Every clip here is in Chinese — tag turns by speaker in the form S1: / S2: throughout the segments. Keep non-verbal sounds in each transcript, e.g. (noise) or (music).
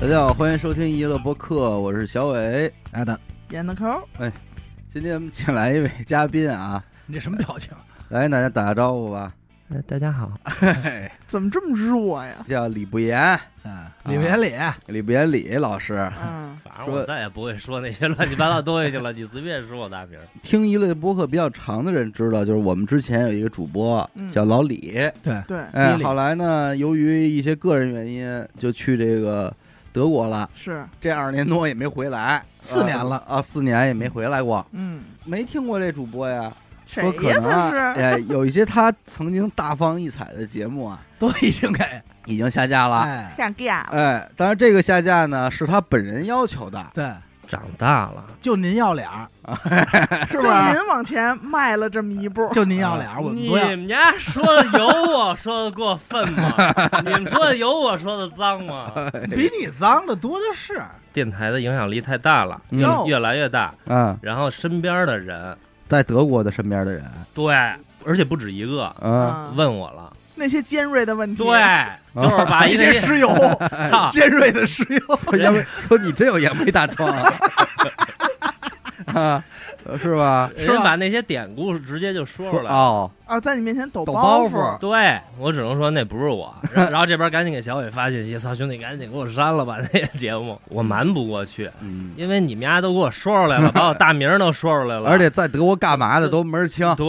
S1: 大家好，欢迎收听娱乐播客，我是小伟。
S2: 来的，
S3: 演的抠儿，
S1: 今天我们请来一位嘉宾啊，
S2: 你这什么表情？
S1: 来，大家打个招呼吧。
S4: 呃，大家好，
S1: 嘿，
S3: 怎么这么弱呀？
S1: 叫李不言，
S2: 啊， (laughs) 李元礼，
S1: 李不言李老师。
S3: 嗯，
S5: 反正我
S1: 说
S5: 再也不会说那些乱七八糟东西去了，你 (laughs) 随便说我大名儿。
S1: 听娱乐播客比较长的人知道，就是我们之前有一个主播
S3: 嗯
S1: 叫老李，
S2: 对，
S3: 对，
S1: 哎，
S2: 李
S1: 后来呢，由于一些个人原因，就去这个德国了。
S3: 是，
S1: 这二年多也没回来，
S2: 四年了
S1: 啊，四年也没回来过，
S3: 嗯，
S1: 没听过这主播呀。
S3: 谁
S1: 说可
S3: 呀？
S1: 能啊
S2: (laughs)
S3: 他是，
S1: 哎，有一些他曾经大放异彩的节目啊，
S2: 都已经给
S1: 已经下架了。
S2: 哎，
S3: 下架了，
S1: 哎，当然这个下架呢是他本人要求的，
S2: 对，
S4: 长大了，
S2: 就您要
S1: (laughs)
S2: 脸儿，是
S3: 就
S2: 不
S1: 啊
S2: 是？
S3: 您往前迈了这么一步，
S2: (laughs) 就您要脸儿，啊我们
S5: 你
S2: 不要。
S5: 们家说的有我说的过分吗？你们说的有我说的脏吗？
S2: 比你脏的多的
S1: 哎
S2: 是，
S5: (laughs) 电台的影响力太大了，
S1: 嗯
S5: 越
S2: 哦
S3: 哟
S5: 越来越大。
S1: 嗯，
S5: 然后身边的人，
S1: 在德国的身边的人，
S5: 对，而且不止一个
S1: 嗯，
S3: 啊
S5: 问我了，
S3: 那些尖锐的问题，
S5: 对，就是把一
S2: 一些
S5: 些
S2: (laughs) 石油，
S5: 操，
S2: 尖锐的石油，
S1: 要不说你真有烟灰大壮啊， (laughs) 啊，呃是吧？
S5: 人家把那些典故直接就说出来了。
S1: 哦，
S3: 啊，在你面前抖
S1: 抖
S3: 包
S1: 包袱，
S5: 对我只能说那不是我，然后然后这边赶紧给小伟发信息，操兄弟，赶紧给我删了吧那个节目，我瞒不过去，
S1: 嗯，
S5: 因为你们家都给我说出来了，把我大名儿都说出来了，
S1: 而且在德国干嘛的都门儿清，
S5: (laughs) 对，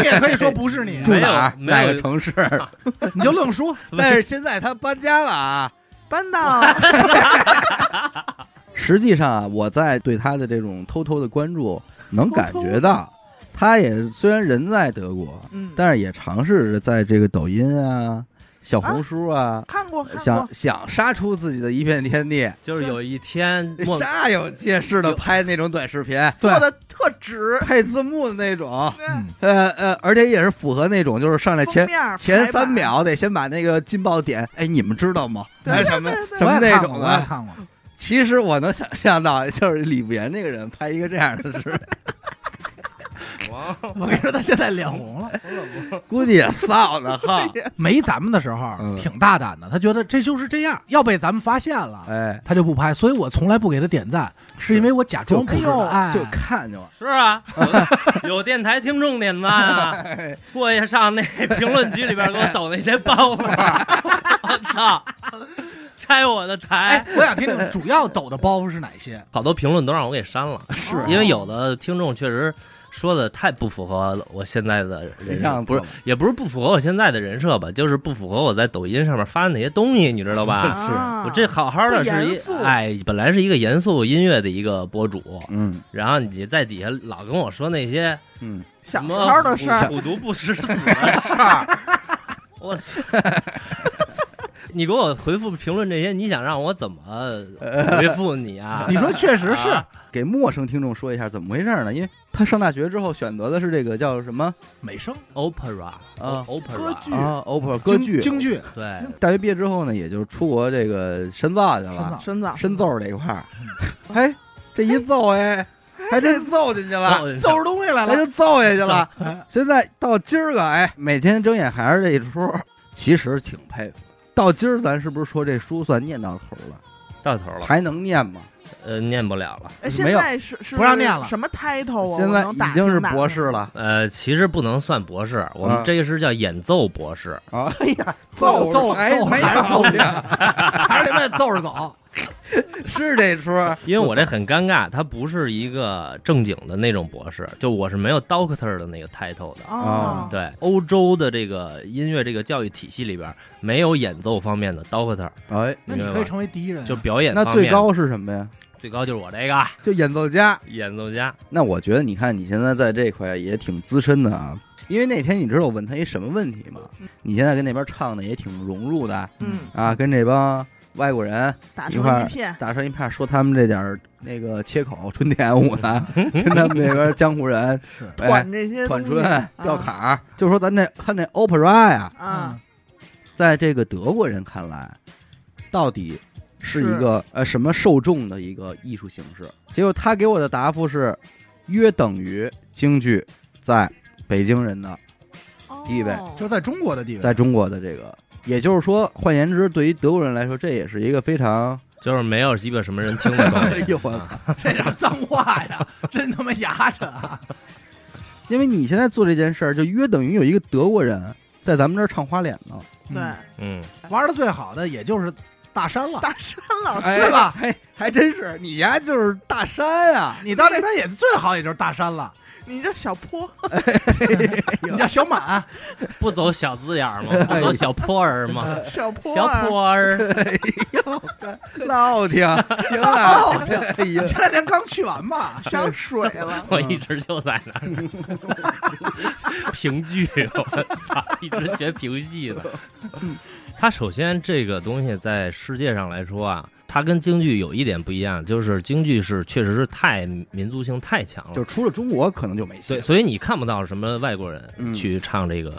S2: 你也可以说不是你，
S1: 住哪儿
S5: 没有
S1: 哪
S5: 没有
S1: 个城市？
S2: 你就愣说。
S1: (laughs) 但是现在他搬家了啊。
S3: 搬到
S1: 实际上啊，我在对他的这种偷偷的关注，能感觉到，他也虽然人在德国，
S3: 嗯，
S1: 但是也尝试着在这个抖音啊、小红书啊，
S3: 看过看过
S1: 想，想杀出自己的一片天地，
S5: 就是有一天
S1: (laughs)
S5: 莫
S1: 煞有介事的拍那种短视频，
S3: 做的特值，
S1: 配字幕的那种，
S3: 对
S2: 嗯，
S1: 呃呃，而且也是符合那种，就是上来前
S3: 封面
S1: 前
S3: 排
S1: 三
S3: 版，
S1: 秒得先把那个劲爆点，哎，你们知道吗？
S3: 对
S1: 还是什么
S3: 对对对
S1: 什么
S2: (laughs) 我也
S1: 那
S2: 看过
S1: 种啊
S2: 我也
S1: 的。
S2: 看过。 (laughs)
S1: 其实我能想象到，就是李不言那个人拍一个这样的
S3: (laughs)
S1: 事，
S5: 王
S2: 我跟你说，他现在脸红
S1: (laughs)
S2: 了，
S1: 估计也臊的
S3: (laughs)
S1: 哈。
S2: 没咱们的时
S1: 嗯
S2: 候挺大胆的，他觉得这就是这样，要被咱们发现了，
S1: 哎，
S2: 他就不拍。所以我从来不给他点赞，是因为我假装不知道。哎
S1: 就看就完。
S5: 是啊，有有电台听众点赞啊，过去上那评论区里边给我抖那些包袱，啊 (laughs) 我操，拆我的台
S2: 哎。，我想听听主要抖的包袱是哪
S1: (laughs)
S2: 些？
S5: 好多评论都让我给删
S3: (laughs)
S5: 了，是
S3: 啊
S5: 因为有的听众确实说的太不符合我现在的人
S1: 样
S5: 设，
S1: 子
S5: 不是
S1: 了
S5: 也不是不符合我现在的人设吧，就是不符合我在抖音上面发的那些东西，你知道吧？
S3: 啊
S5: 我这好好的
S3: 不
S5: 是
S3: 严
S5: 一
S3: 肃
S5: 哎，本来是一个严肃音乐的一个博主，
S1: 嗯
S5: 然后你在底下老跟我说那些
S1: 嗯，
S3: 小时候的事
S5: 什
S3: 儿，
S5: 么虎毒不食子的
S3: (laughs)
S5: 事儿，我操！ (laughs) 你给我回复评论这些，你想让我怎么回复你
S3: (laughs)
S5: 啊？
S2: 你说确实是，
S5: 啊
S1: 给陌生听众说一下怎么回事呢？因为他上大学之后选择的是这个叫什么
S2: 美声
S5: opera 哦
S1: 啊
S5: opera
S3: 歌剧
S1: 啊，opera 歌
S2: 京
S1: 剧。
S2: 京剧，
S5: 对，
S1: 大学毕业之后呢，也就出国这个深造去了。
S3: 身
S2: 深
S3: 子
S1: 深奏这一块儿，哎，这一奏哎，还真奏进去了，
S5: 人
S2: 造出东西来
S1: 还
S2: 了
S1: 就。奏下去了。
S2: 了，
S1: 现在到今儿个哎，每天睁眼还是这一出，其实挺佩服。到今儿咱是不是说这书算念到头了？
S5: (laughs) 到头了，
S1: 还能念吗？
S5: 呃，念不了了。
S3: 哎，现
S1: 没有
S3: 在是是
S2: 不让念了
S3: 什么 title 啊？
S1: 现在
S3: 我能打
S1: 已经是
S3: 听打
S1: 博
S3: 听
S1: 士了
S5: 呃，其实不能算博士，我
S1: 啊
S5: 们这个是叫演奏博士。
S1: 啊！哎 (laughs) 呀，
S2: 奏奏
S1: 还
S2: 奏
S1: 没
S2: 还是
S1: 毛
S2: 奏
S1: 病，
S2: 还是得问揍
S1: (laughs)
S2: 着走。
S1: 是这出
S5: 因为我这很尴尬，他不是一个正经的那种博士，就我是没有 doctor 的那个 title 的。
S1: 啊
S3: 哦，
S5: 对，欧洲的这个音乐这个教育体系里边，没有演奏方面的 doctor，
S1: 哎。
S2: 那
S5: 你
S2: 你
S5: 明白
S2: 可以
S5: 吗
S2: 成为第一人啊，
S5: 就表演
S1: 那
S5: 方
S1: 最
S5: 面的
S1: 高是什么呀？
S5: 最高就是我这个
S1: 就演奏家。
S5: 演奏家，
S1: 那我觉得，你看你现在在这块也挺资深的啊。因为那天你知道我问他一什么问题吗
S3: 嗯？
S1: 你现在跟那边唱的也挺融入的，
S3: 嗯，
S1: 啊，跟这帮外国人
S3: 打
S1: 一
S3: 成
S1: 块儿
S3: 一片，
S1: 打成一片，说他们这点儿那个切口春田舞 (laughs) 的，跟他们那边江湖人
S2: 是
S1: 哎
S3: 管这些
S1: 团啊
S3: 东西
S1: 春吊坎儿，就说咱这看这 opera 呀，
S3: 啊，
S2: 嗯
S1: 在这个德国人看来，到底是
S3: 是
S1: 一个呃什么受众的一个艺术形式？结果他给我的答复是，约等于京剧在北京人的地位
S3: 哦
S2: 就在中国的地位，
S1: 在中国的这个，也就是说，换言之，对于德国人来说，这也是一个非常
S5: 就是没有鸡巴什么人听得懂。
S1: 哎呦我 (laughs) 操！
S2: (laughs) 这点脏话
S1: (laughs)
S2: 呀，真他妈牙碜啊！
S1: 因为你现在做这件事儿，就约等于有一个德国人在咱们这儿唱花脸呢。
S3: 对，
S2: 嗯
S5: 嗯，
S2: 玩的最好的也就是大山了。
S3: 大山老师， (laughs)
S1: 哎
S2: 对吧？
S1: 还还真是，你呀就是大山啊，
S2: 你到那边也最好，也就是大山了。
S3: 你这小坡，
S1: 哎
S2: 你叫小满，
S5: 不走小字眼儿吗？不走小坡儿吗？
S3: 小坡，
S5: 小，坡儿， (laughs)
S1: 老挺行了，哎呀
S2: 你，哦这两天刚去完吧？
S3: 想水了。
S5: 我一直就在那儿。 (laughs) 评剧，我操，一直学评戏的。它首先这个东西在世界上来说啊，它跟京剧有一点不一样，就是京剧是确实是太民族性太强了，
S1: (laughs) 就除了中国可能就没戏
S5: 对，。所以你看不到什么外国
S1: 嗯
S5: 人去唱这个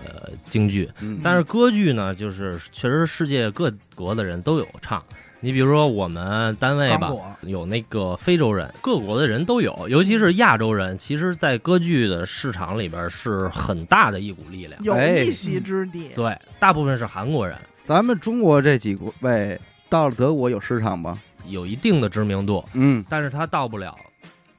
S5: 京剧，
S1: 嗯
S5: 但是歌剧呢，就是确实世界各国的人都有唱。你比如说我们单位
S2: 刚
S5: 吧
S2: 果，
S5: 有那个非洲人，各国的人都有，尤其是亚洲人，其实，在歌剧的市场里边是很大的一股力量。
S3: 有
S1: 哎
S3: 一席之地，
S5: 对，大部分是韩国人，
S1: 咱们中国这几位到了德国有市场吗？
S5: 有一定的知名度，
S1: 嗯，
S5: 但是他到不了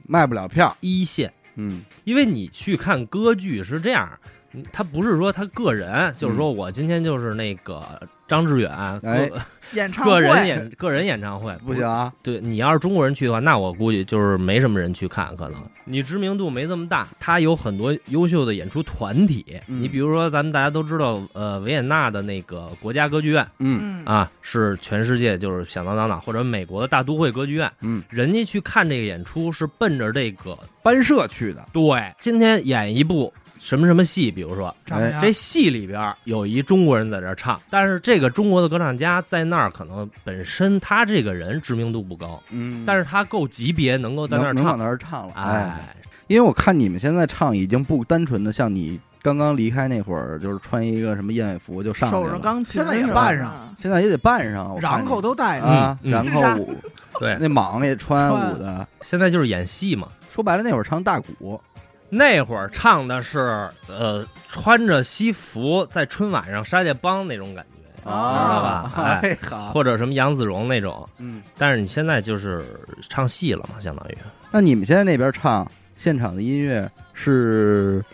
S1: 卖不了票。
S5: 一线。
S1: 嗯
S5: 因为你去看歌剧是这样，嗯他不是说他个人，就是说我今天就是那个张志远，
S1: 嗯哎
S3: 演唱
S5: 个个
S3: 会，
S5: 人演个人演唱会
S1: 不行。啊，
S5: 对你要是中国人去的话，那我估计就是没什么人去看，可能你知名度没这么大。他有很多优秀的演出团体，
S1: 嗯
S5: 你比如说咱们大家都知道，呃，维也纳的那个国家歌剧院
S1: 嗯
S3: 嗯，
S5: 啊，是全世界就是响当当当，或者美国的大都会歌剧院，
S1: 嗯，
S5: 人家去看这个演出是奔着这个
S1: 班社去的，
S5: 对，今天演一部什么什么戏，比如说
S2: 丈
S1: 哎
S2: 母娘
S5: 这戏里边儿有一中国人在这儿唱，但是这个中国的歌唱家在那儿可能本身他这个人知名度不高，
S1: 嗯
S5: 但是他够级别能够在那儿
S1: 能能往
S5: 唱。
S1: 那儿唱了，哎，
S5: 哎，
S1: 因为我看你们现在唱已经不单纯的像你刚刚离开那会儿，就是穿一个什么燕尾服就上
S3: 手
S1: 去
S3: 上
S1: 了，
S3: 钢琴什
S2: 现
S3: 么的，啊
S2: 在也扮上
S1: 现在也得扮上，我看
S2: 瓤口都带着。
S1: 啊，
S5: 嗯嗯
S1: 然
S3: 是啊
S1: 后舞
S5: 对，
S1: 那蟒也穿舞的，
S5: 现在就是演戏嘛。
S1: 说白了那会儿唱大鼓，
S5: 那会儿唱的是呃，穿着西服在春晚上杀界帮那种感觉，知道吧
S1: 啊哎好，
S5: 或者什么杨子荣那种。
S1: 嗯，
S5: 但是你现在就是唱戏了嘛，
S1: (laughs)
S5: 相当于
S1: 那你们现在那边唱现场的音乐是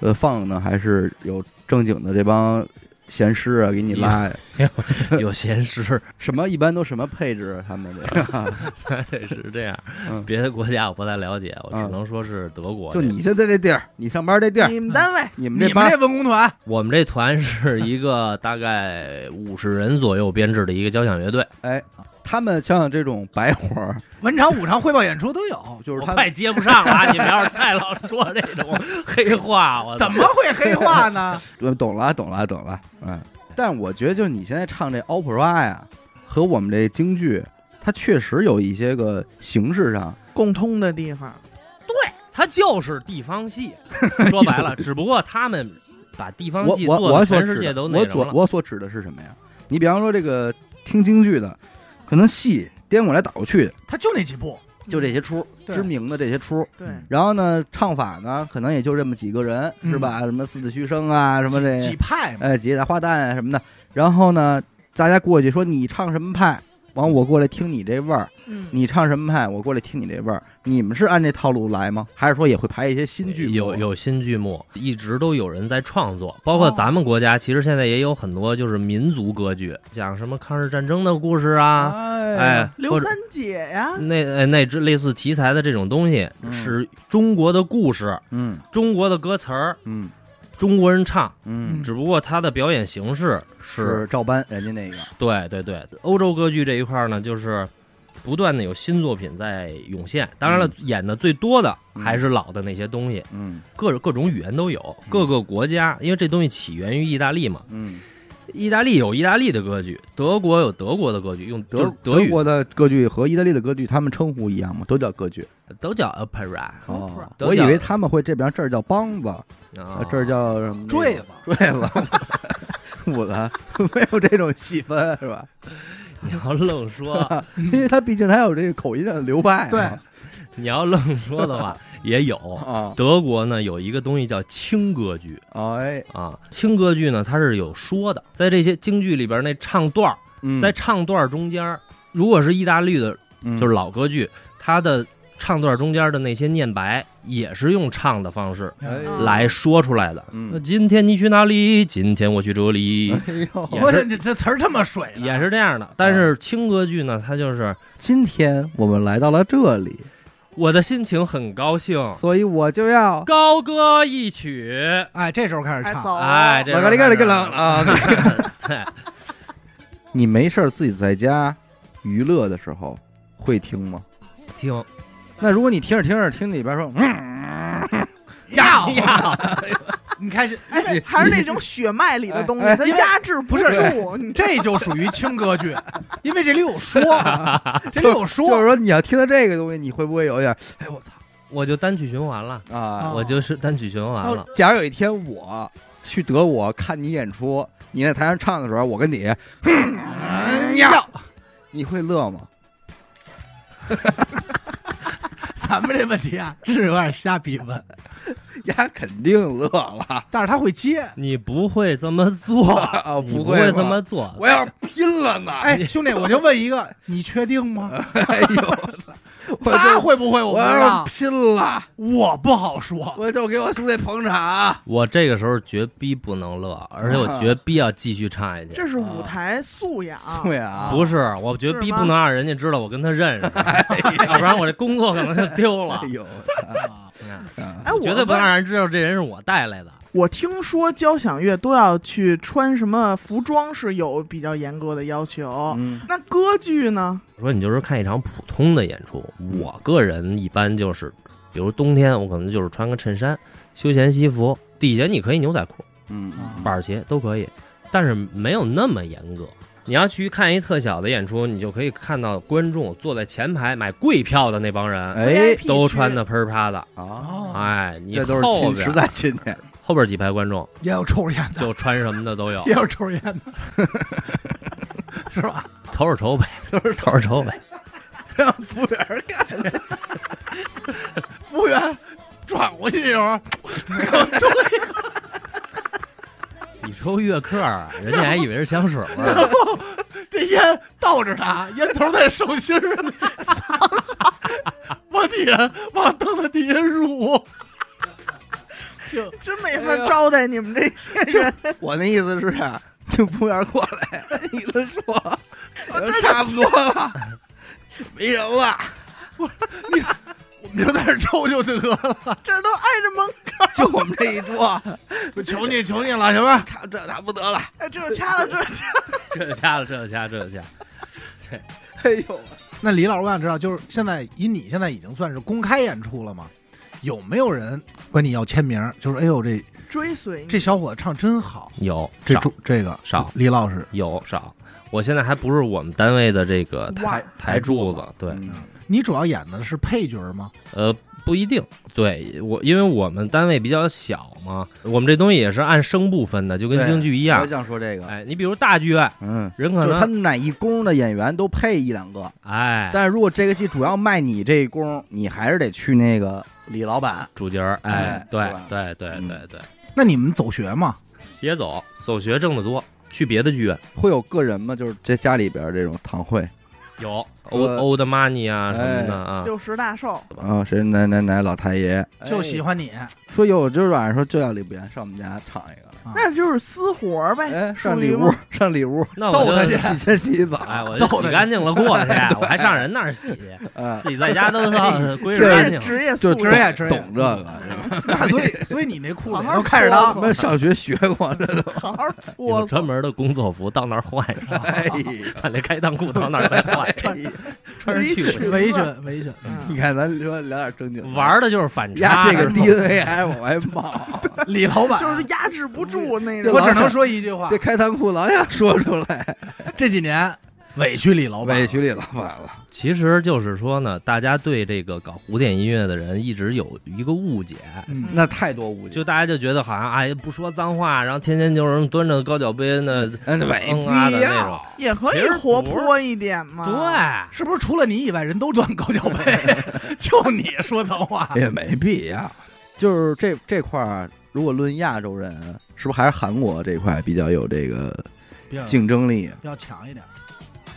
S1: 呃放呢，还是有正经的这帮闲师啊给你拉呀？
S5: 有闲时
S1: 什么一般都什么配置？啊他们 (laughs) 的
S5: 哎是这样
S1: 嗯，
S5: 别的国家我不太了解，我只
S1: 嗯
S5: 能说是德国。
S1: 就你现在这地儿，你上班这地儿，
S3: 你们单位
S1: 你们
S2: 你
S1: 这
S2: 们
S1: 帮
S2: 这文工团
S5: 我们这团是一个大概五十人左右编制的一个交响乐队，
S1: 哎，他们像这种白活儿，
S2: 文场、武场汇报演出都
S1: (laughs)
S2: 有，
S1: 就是
S5: 我
S1: 他
S5: 快
S1: 们
S5: 接不上了啊。你们要是再老说这种黑话，我操
S2: 怎么会黑化
S1: (laughs)
S2: 呢？
S1: 呃懂了，懂了，懂了，嗯。但我觉得，就你现在唱这 opera 呀，和我们这京剧，它确实有一些个形式上，
S3: 共通的地方，
S5: 对？它就是地方戏，说白了，只不过他们把地方
S1: 我
S5: 戏
S1: 我
S5: 做
S1: 我
S5: 的
S1: 所
S5: 全
S1: 指
S5: 世界
S1: 的
S5: 都那
S1: 我
S5: 什么
S1: 所
S5: 了。
S1: 我所指的是什么呀？你比方说这个听京剧的，可能戏颠过来倒过去的，
S2: 他就那几部，
S1: 就这些出
S2: 对
S1: 知名的这些出。
S3: 对，
S5: 嗯
S1: 然后呢，唱法呢，可能也就这么几个人，是吧？什么四子虚生啊，什么这
S2: 嗯几派嘛。
S1: 哎，几大花旦啊什么的。然后呢，大家过去说你唱什么派，完我过来听你这味儿；
S3: 嗯，
S1: 你唱什么派，我过来听你这味儿。你们是按这套路来吗？还是说也会排一些新剧目？啊
S5: 有有新剧目，一直都有人在创作，包括
S3: 哦
S5: 咱们国家，其实现在也有很多就是民族歌剧，讲什么抗日战争的故事啊，哎，
S3: 刘
S5: 或者
S3: 三姐呀，
S5: 那呃那只类似题材的这种东西，
S1: 嗯
S5: 是中国的故事、
S1: 嗯
S5: 中国的歌词儿、
S1: 嗯
S5: 中国人唱，
S1: 嗯，
S5: 只不过它的表演形式是，
S1: 是照搬人家那个。
S5: 对对对，欧洲歌剧这一块儿呢，就是不断的有新作品在涌现。当然了，演的最多的还是老的那些东西，
S1: 嗯
S5: 各各种语言都有，各个国家，因为这东西起源于意大利嘛，
S1: 嗯，
S5: 意大利有意大利的歌剧，德国有德国的歌剧，用
S1: 德
S5: 就是德语
S1: 国的歌剧和意大利的歌剧，他们称呼一样吗？都叫歌剧。
S5: 都叫 opera，啊
S3: Opera
S1: 哦
S5: 都
S1: 我以
S5: 叫
S1: 为他们会这边这儿叫梆子，
S5: 啊
S1: 啊这儿叫什么？
S2: 坠子，
S1: 坠子。 (laughs) 舞的没有这种细分是吧？
S5: 你要愣说。
S1: 因为他毕竟他有这个口音上的流派啊。
S2: 对
S5: 你要愣说的话，也有。
S1: 啊，
S5: 德国呢有一个东西叫轻歌剧
S1: 哎，
S5: 啊，轻歌剧呢它是有说的，在这些京剧里边那唱段儿，
S1: 嗯
S5: 在唱段儿中间儿如果是意大利的，
S1: 嗯
S5: 就是老歌剧，它的唱段中间的那些念白也是用唱的方式
S1: 哎
S2: 啊
S3: 嗯
S5: 来说出来的。
S1: 嗯
S5: 那今天你去哪里？今天我去这
S1: (laughs)
S5: 里，
S1: 哎呦，
S5: 也
S2: 我这
S5: 是
S2: 这这词儿这么水呢，
S5: 也是这样的。但是轻歌剧呢，它就是
S1: 今天我们来到了这里，
S5: 我的心情很高兴，
S1: 所以我就要
S5: 高歌一曲。
S2: 哎，这时候开始
S3: 哎
S2: 唱，
S1: 哦
S3: 走，
S5: 哎，这
S1: 我
S5: 个
S1: 个
S5: 个
S1: 个啊！
S5: (laughs) 对，
S1: 你没事儿自己在家娱乐的时候会听吗？
S5: 听
S1: 那如果你听着听着听里边说，嗯
S2: 呀，
S1: (laughs)
S5: 呀，
S2: (laughs) 你开始
S3: 哎，还是那种血脉里的东西
S1: 哎哎，
S3: 它压制不
S2: 不是
S3: 住，你
S2: 这就属于轻歌剧，因为这里有说，
S1: (laughs)
S2: 这里有
S1: 就
S2: 说
S1: 是，说你要听到这个东西，你会不会有一点
S2: 哎我操，
S5: 我就单曲循环了，
S1: 啊？
S3: 哦
S5: 我就是单曲循环了。
S1: 假如有一天我去德国看你演出，你在台上唱的时候，我跟你，哼呀，你会乐吗？
S2: (laughs)
S1: (laughs)
S2: 咱们这问题啊是有点瞎逼问，
S1: 呀，肯定乐了
S2: 但是他会接。
S5: 你不会这么 (laughs) 做，
S1: 啊！
S5: 你
S1: 会吗
S5: 这么做。
S1: 我要拼了呢！
S2: 哎，兄弟，我就问一个，你确定吗？
S1: 哎呦，我
S5: (laughs)
S1: 操！ (laughs) 我
S2: 他
S1: 就
S2: 会不会我不
S1: 我
S2: 知
S1: 要
S2: 道，
S1: 拼了！
S2: 我不好说。
S1: 我就给我兄弟捧场。
S5: 我这个时候绝逼不能乐，而且我绝逼要继续唱下去。
S3: 这是舞台素养，
S1: 对啊，
S5: 不是，我绝逼不能让人家知道我跟他 (laughs) 认识，要不然我这工作可能就丢了
S1: 哎。呦，啊
S3: 哎，我
S5: 绝对不
S3: 问
S5: 能让人知道这人是我带来的。
S3: 我听说交响乐都要去穿什么服装是有比较严格的要
S5: 哦
S3: 求，
S1: 嗯
S3: 那歌剧呢？
S5: 我说你就是看一场普通的演出，我个人一般就是，比如冬天我可能就是穿个衬衫、休闲西服，底下你可以牛仔裤、
S1: 嗯
S5: 板儿鞋都可以，但是没有那么严格。你要去看一特小的演出，你就可以看到观众坐在前排买贵票的那帮人，
S1: 哎
S3: VIP
S5: 都
S3: 区
S5: 穿的，喷儿啪的。
S1: 啊，
S2: 哦，
S5: 哎，你
S1: 这都是
S5: 后
S1: 亲
S5: 边
S1: 实在亲戚， (laughs)
S5: 后边几排观众
S2: 也有抽烟的，
S5: 就穿什么的都有
S2: 也，有抽烟的，是吧？
S5: 头是筹呗，头是筹呗。
S1: 让服务员干了。
S2: 服务员转过去的时候，
S5: 你抽乐客啊，人家还以为是香水味儿。
S2: 这烟倒着他，烟头在手心儿里， (laughs) 往底下往凳子底下撸。
S3: 真没法招待你们这些人，
S1: 我那意思是，就服务员过来， (laughs) 你了说，差不多了， (laughs) 没人了。
S2: 我们就在这儿抽就得了，
S3: (laughs) 这都挨着门口，
S1: (laughs) 就我们这一桌，
S2: 我求你求你了，行吧？
S1: 差这差不多了。
S3: 哎这就掐了，这就掐了。
S5: (laughs) 这就掐了，这就掐，这就掐。
S1: (laughs) 哎呦，
S2: 那李老师，我想知道，就是现在以你现在已经算是公开演出了吗？有没有人管你要签名？就是哎呦，这
S3: 追随你，
S2: 这小伙子唱真好，
S5: 有
S2: 这
S5: 少
S2: 主这个
S5: 少
S2: 李老师，
S5: 有少，我现在还不是我们单位的这个
S3: 哇
S5: 台台柱子，对，
S1: 嗯
S2: 你主要演的是配角吗？
S5: 呃，不一定，对我，因为我们单位比较小嘛，我们这东西也是按声部分的，就跟
S1: 对
S5: 京剧一
S1: 我
S5: 样。
S1: 想说这个，
S5: 哎，你比如大剧院，
S1: 嗯，
S5: 人可
S1: 就是他
S5: 能
S1: 们哪一宫的演员都配一两个，
S5: 哎
S1: 但是如果这个戏主要卖你这一宫，你还是得去那个李老板。
S5: 主角儿，哎
S1: 哎，
S5: 对
S1: 是吧
S5: 对对
S1: 嗯
S5: 对对，
S2: 那你们走学吗？
S5: 别走，走学挣得多，去别的剧院
S1: 会有个人吗？就是这家里边这种堂会
S5: 有
S1: 我
S5: 欧欧的 money 啊什么的
S1: 哎
S5: 啊，
S3: 六十大寿，
S1: 啊，谁奶奶奶老太爷
S5: 哎
S2: 就喜欢你，
S1: 说有，今儿晚上说就要李不言上我们家唱一个，
S3: 那就是私活儿呗，
S1: 哎，
S3: 属
S1: 上
S3: 于
S1: 里
S3: 吗
S1: 屋，上里屋，
S5: 那我就
S1: 你先洗澡，
S5: 哎，我就洗干净了过去，
S1: (laughs)
S5: 啊我还上人那儿洗，
S1: 哎，
S5: 自己在家
S1: (laughs)
S5: 都操归置
S1: 这
S5: 干
S3: 职业
S5: 净。
S3: 职业素
S1: 就
S2: 职
S3: 养，
S2: 业职业
S1: 懂这个， (laughs)
S2: 那 (laughs) 所以所以你那裤
S3: 好
S2: 子
S3: 好
S2: 都开始当
S3: 搓
S1: 没上学学过这 (laughs) 都，
S3: 好好
S5: 有
S3: 搓
S5: 专
S3: 搓。
S5: 门的工作服到那儿换上，
S1: 哎呀，
S5: 把那开裆裤到那儿再换，
S1: 哎呀
S5: 穿上 (laughs) 去不行。
S2: 围裙围裙，
S1: (laughs)
S3: 嗯
S1: 你看咱说聊点正经，
S5: 玩的就是反
S1: 呀，
S5: 差，
S1: 这个
S5: 是吧
S1: DNA 哎还往外
S5: (laughs)
S1: 冒，
S2: 李老板
S3: 就是压制不住那
S1: 这
S3: 种，
S2: 我只能说一句话
S1: 这，开裆裤老想说出
S5: (laughs)
S1: 来，
S2: 这几年委屈李老板，
S1: 委屈李老板了，
S5: 其实就是说呢，大家对这个搞古典音乐的人一直有一个误解，
S2: 嗯，
S1: 那太多误解，
S5: 就大家就觉得好像哎不说脏话，然后天天就是端着高脚杯那
S1: 嗯，
S5: 嗯啊的那种，
S3: 也可
S5: 其
S3: 以
S5: 实
S3: 活
S5: 不是
S3: 泼一点嘛。
S1: 啊
S5: 对，
S2: 是不是除了你以外人都端高脚 (laughs) 杯，就你说脏话？
S1: 也哎没必要，就是这这块儿。如果论亚洲人，是不是还是韩国这块比较有这个
S2: 比较
S1: 竞争力？
S2: 比较强一点，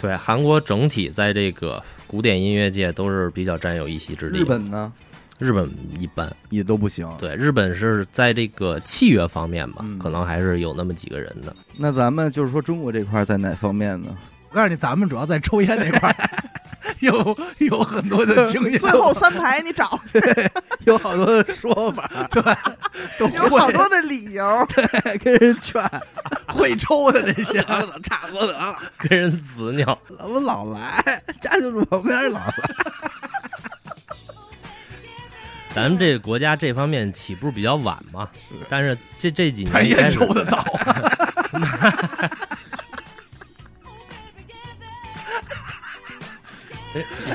S5: 对，韩国整体在这个古典音乐界都是比较占有一席之地。
S1: 日本呢
S5: 日本一般，
S1: 也都不行。
S5: 对，日本是在这个器乐方面吧，
S1: 嗯
S5: 可能还是有那么几个人的。 (laughs)
S1: 那咱们就是说中国这块儿在哪方面呢？
S2: 我告诉你，咱们主要在抽烟那块儿 (laughs) 有有很多的经验，
S3: 最后三排你找去，
S1: 有好多的说法，
S2: 都
S3: 有好
S2: 会
S3: 多的理由。
S1: 跟人
S2: (laughs)
S1: 劝，
S2: 会抽的这些，
S1: 差不多得了，
S5: 跟人子鸟，
S1: 我老来，家就住旁边老来。
S5: 咱们这个国家这方面起步比较晚嘛，但是这这几
S2: 但
S5: 年
S2: 是
S5: 开
S2: 烟
S5: 始
S2: 抽的早。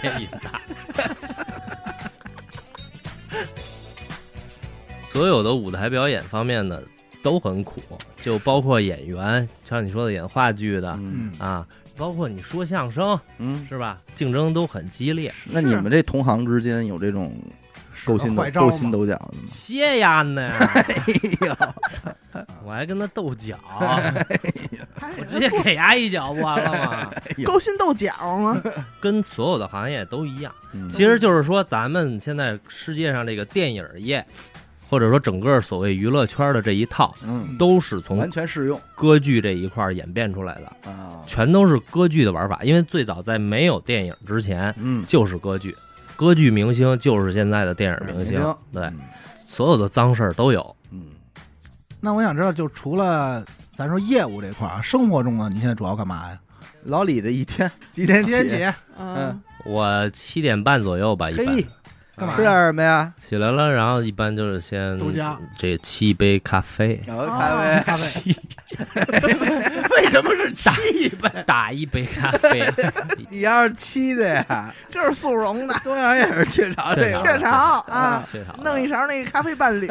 S5: 烟瘾大。所有的舞台表演方面呢，都很苦，就包括演员，像你说的演话剧的、
S1: 嗯
S5: 啊，包括你说相声
S1: 嗯，
S5: 是吧？竞争都很激烈。
S1: 那你们这同行之间有这种勾心斗
S2: 是
S1: 勾心斗角的吗？
S5: 谢呀呢，
S1: 哎呀，
S5: 我还跟他
S1: (laughs)
S5: 斗脚，
S3: 还得
S5: 我直接
S3: 做
S5: 给牙一脚不完了
S1: (laughs)
S5: 吗？
S3: 勾心斗角吗？
S5: 跟所有的行业都一样。
S1: 嗯
S5: 其实就是说，咱们现在世界上这个电影业，或者说整个所谓娱乐圈的这一套，
S1: 嗯，
S5: 都是从
S1: 完全适用
S5: 歌剧这一块儿演变出来的，
S1: 啊。
S5: 全都是歌剧的玩法。因为最早在没有电影之前，
S1: 嗯，
S5: 就是歌剧，歌剧明星就是现在的电影明
S1: 明
S5: 星
S1: 星，
S5: 对，所有的脏事儿都有。
S1: 嗯，
S2: (laughs) 那我想知道，就除了咱说业务这块儿啊，生活中呢，你现在主要干嘛呀？
S1: 老李这一天几点
S2: 纪
S1: 起？
S2: 念节
S3: 嗯，
S5: 我七点半左右吧，一般
S1: 嘿，
S2: 干嘛呀？
S1: 吃啊点什么呀？
S5: 起来了，然后一般就是先
S2: 豆浆
S5: 这沏一杯咖啡，
S1: 有个哦咖啡，
S2: 咖啡，
S1: 为什么是 (laughs) 七杯？
S5: 打一杯咖
S1: (laughs)
S5: 啡，
S1: 你要是七的 (laughs) 呀，
S3: 就是速溶的
S1: 东啊阳也是雀巢这
S5: 雀
S1: 个。
S3: 雀巢
S5: (laughs)
S3: 啊，
S5: 缺
S1: 嗯
S5: 少了
S3: 弄一勺那个咖啡伴侣，